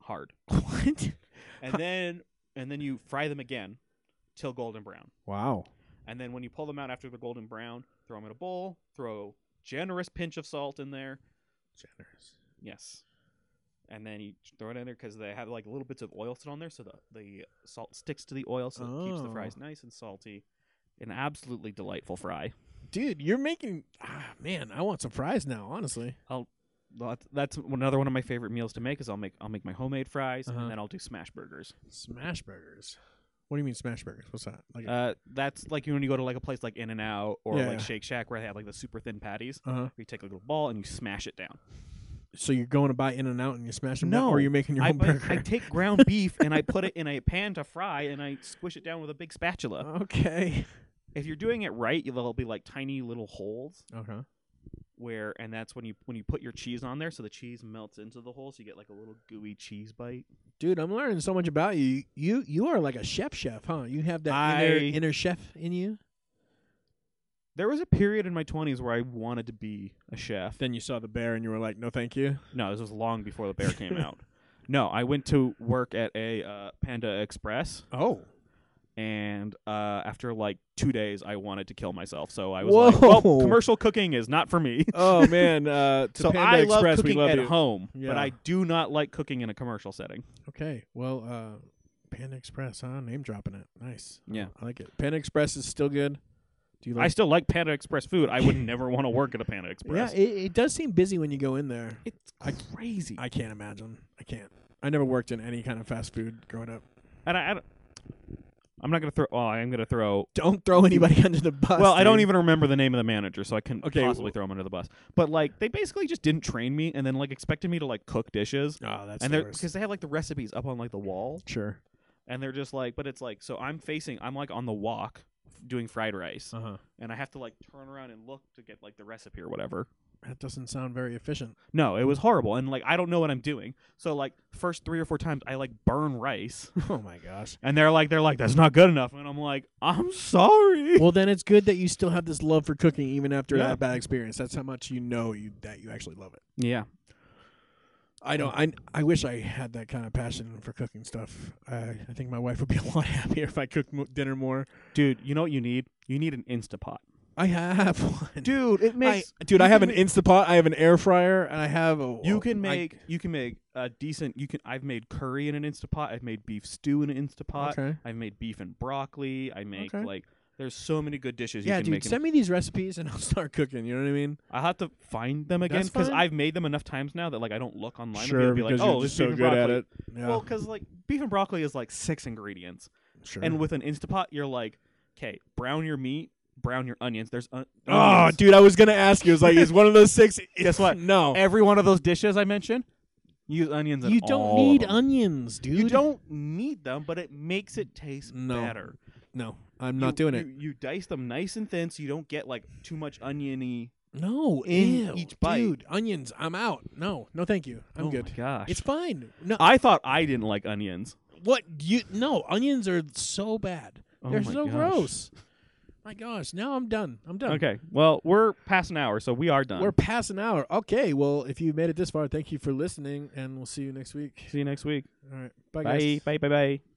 Speaker 2: hard.
Speaker 1: What?
Speaker 2: And then and then you fry them again till golden brown.
Speaker 1: Wow.
Speaker 2: And then when you pull them out after the golden brown, throw them in a bowl, throw generous pinch of salt in there.
Speaker 1: Generous.
Speaker 2: Yes. And then you throw it in there because they have like little bits of oil still on there, so the, the salt sticks to the oil, so it keeps the
Speaker 1: Oh.
Speaker 2: fries nice and salty. An absolutely delightful fry.
Speaker 1: Dude, you're making. Ah, man, I want some fries now, honestly.
Speaker 2: That- That's another one of my favorite meals to make. Is I'll make I'll make my homemade fries
Speaker 1: Uh-huh.
Speaker 2: and then I'll do smash burgers.
Speaker 1: Smash burgers. What do you mean smash burgers? What's that? Like,
Speaker 2: Uh, that's like when you go to like a place like In and Out or
Speaker 1: Yeah,
Speaker 2: like
Speaker 1: yeah.
Speaker 2: Shake Shack where they have like the super thin patties.
Speaker 1: Uh-huh.
Speaker 2: You take like a little ball and you smash it down.
Speaker 1: so you're going to buy In and Out and you smash them down,
Speaker 2: No,
Speaker 1: or you're making your
Speaker 2: I,
Speaker 1: own
Speaker 2: buy-
Speaker 1: burger?
Speaker 2: I take ground beef and I put it in a pan to fry and I squish it down with a big
Speaker 1: Oh.
Speaker 2: spatula.
Speaker 1: okay.
Speaker 2: If you're doing it right, you- there'll be like tiny little holes
Speaker 1: Okay.
Speaker 2: where, and that's when you when you put your cheese on there, so the cheese melts into the hole, so you get like a little gooey cheese bite.
Speaker 1: Dude, I'm learning so much about you. You you are like a chef chef, huh? You have that
Speaker 2: I-
Speaker 1: inner, inner chef in you.
Speaker 2: There was a period in my 20s where I wanted to be a chef.
Speaker 7: Then you saw the bear, and you were like, "No, thank you."
Speaker 2: No, this was long before the bear came out. No, I went to work at a uh, Panda Express,
Speaker 1: Oh.
Speaker 2: and uh, after like two days, I wanted to kill myself. So I was like,
Speaker 1: Whoa.
Speaker 2: "Well, commercial cooking is not for me."
Speaker 7: Oh man, uh, to
Speaker 2: so
Speaker 7: Panda
Speaker 2: I
Speaker 7: Express,
Speaker 2: love
Speaker 7: we
Speaker 2: cooking
Speaker 7: love
Speaker 2: at
Speaker 7: you.
Speaker 2: home,
Speaker 7: Yeah.
Speaker 2: but I do not like cooking in a commercial setting.
Speaker 1: Okay. Well, uh Panda Express, huh? Name dropping it. Nice.
Speaker 2: Yeah.
Speaker 1: I like it. Panda Express is still good. Do you
Speaker 2: I
Speaker 1: like
Speaker 2: still like Panda Express food. I would never want to work at a Panda
Speaker 1: Yeah,
Speaker 2: Express.
Speaker 1: it, it does seem busy when you go in there.
Speaker 2: it's crazy.
Speaker 1: I can't imagine. I can't. I never worked in any kind of fast food growing up.
Speaker 2: and I, I don't- I'm not gonna throw. Oh, I am gonna throw.
Speaker 1: Don't throw anybody under the bus.
Speaker 2: Well, I don't
Speaker 1: dude.
Speaker 2: even remember the name of the manager, so I couldn't
Speaker 1: Okay,
Speaker 2: possibly
Speaker 1: w-
Speaker 2: throw him under the bus. But like, they basically just didn't train me, and then like expected me to like cook dishes,
Speaker 1: Oh, that's
Speaker 2: and
Speaker 1: the
Speaker 2: they're
Speaker 1: worst.
Speaker 2: because they have like the recipes up on like the wall,
Speaker 1: sure.
Speaker 2: and they're just like, but it's like, so I'm facing, I'm like on the walk f- doing fried rice,
Speaker 1: Uh huh.
Speaker 2: and I have to like turn around and look to get like the recipe or whatever.
Speaker 1: That doesn't sound very efficient.
Speaker 2: No, it was horrible, and like I don't know what I'm doing. So like, first three or four times, I like burn rice,
Speaker 1: Oh my gosh.
Speaker 2: and they're like, they're like, that's not good enough, and I'm like, I'm sorry.
Speaker 1: well, then it's good that you still have this love for cooking even after
Speaker 2: Yeah.
Speaker 1: that bad experience. That's how much you know you that you actually love it.
Speaker 2: Yeah.
Speaker 1: I don't. I I wish I had that kind of passion for cooking stuff. I I think my wife would be a lot happier if I cooked mo- dinner more.
Speaker 2: Dude, you know what you need? You need an Instapot.
Speaker 1: I have one,
Speaker 2: Dude, it
Speaker 1: I, dude, I
Speaker 2: you
Speaker 1: have an
Speaker 2: can
Speaker 1: Instapot. I have an air fryer, and I have a.
Speaker 2: you can
Speaker 1: I-
Speaker 2: make you can make a decent you can I've made curry in an Instapot, I've made beef stew in an Instapot,
Speaker 1: Okay.
Speaker 2: I've made beef and broccoli, I make
Speaker 1: Okay.
Speaker 2: like there's so many good dishes
Speaker 1: Yeah,
Speaker 2: you can
Speaker 1: dude,
Speaker 2: make. in-
Speaker 1: send me these recipes, and I'll start cooking. You know what I mean?
Speaker 2: I'll have to find them again
Speaker 1: That's
Speaker 2: because
Speaker 1: fine.
Speaker 2: I've made them enough times now that like I don't look online and be like, oh, this beef and broccoli.
Speaker 1: Yeah,
Speaker 2: Well, because like beef and broccoli is like six ingredients,
Speaker 1: sure.
Speaker 2: and with an Instapot, you're like, okay, brown your meat, brown your onions. There's un-
Speaker 1: oh,
Speaker 2: onions.
Speaker 1: dude, I was gonna ask you. It's like, is one of those six?
Speaker 2: Guess what?
Speaker 1: No,
Speaker 2: every one of those dishes I mentioned, use onions. in
Speaker 1: you don't
Speaker 2: all of
Speaker 1: need
Speaker 2: them.
Speaker 1: onions, dude.
Speaker 2: You don't need them, but it makes it taste
Speaker 1: No.
Speaker 2: better.
Speaker 1: No, I'm not doing it.
Speaker 2: You dice them nice and thin, so you don't get like too much oniony.
Speaker 1: No,
Speaker 2: in
Speaker 1: ew,
Speaker 2: each bite.
Speaker 1: dude. Onions, I'm out. No, no, thank you. I'm
Speaker 2: oh
Speaker 1: good.
Speaker 2: My gosh, Uh,
Speaker 1: It's fine. No,
Speaker 2: I thought I didn't like onions.
Speaker 1: what you? No, onions are so bad.
Speaker 2: Oh
Speaker 1: They're
Speaker 2: my
Speaker 1: so
Speaker 2: gosh.
Speaker 1: gross. My gosh, now I'm done. I'm done.
Speaker 2: Okay, well we're past an hour, so we are done.
Speaker 1: We're past an hour. Okay, well, if you made it this far, thank you for listening, and we'll see you next week.
Speaker 2: see you next week.
Speaker 1: All right, bye, guys.
Speaker 2: Bye, bye, bye, bye.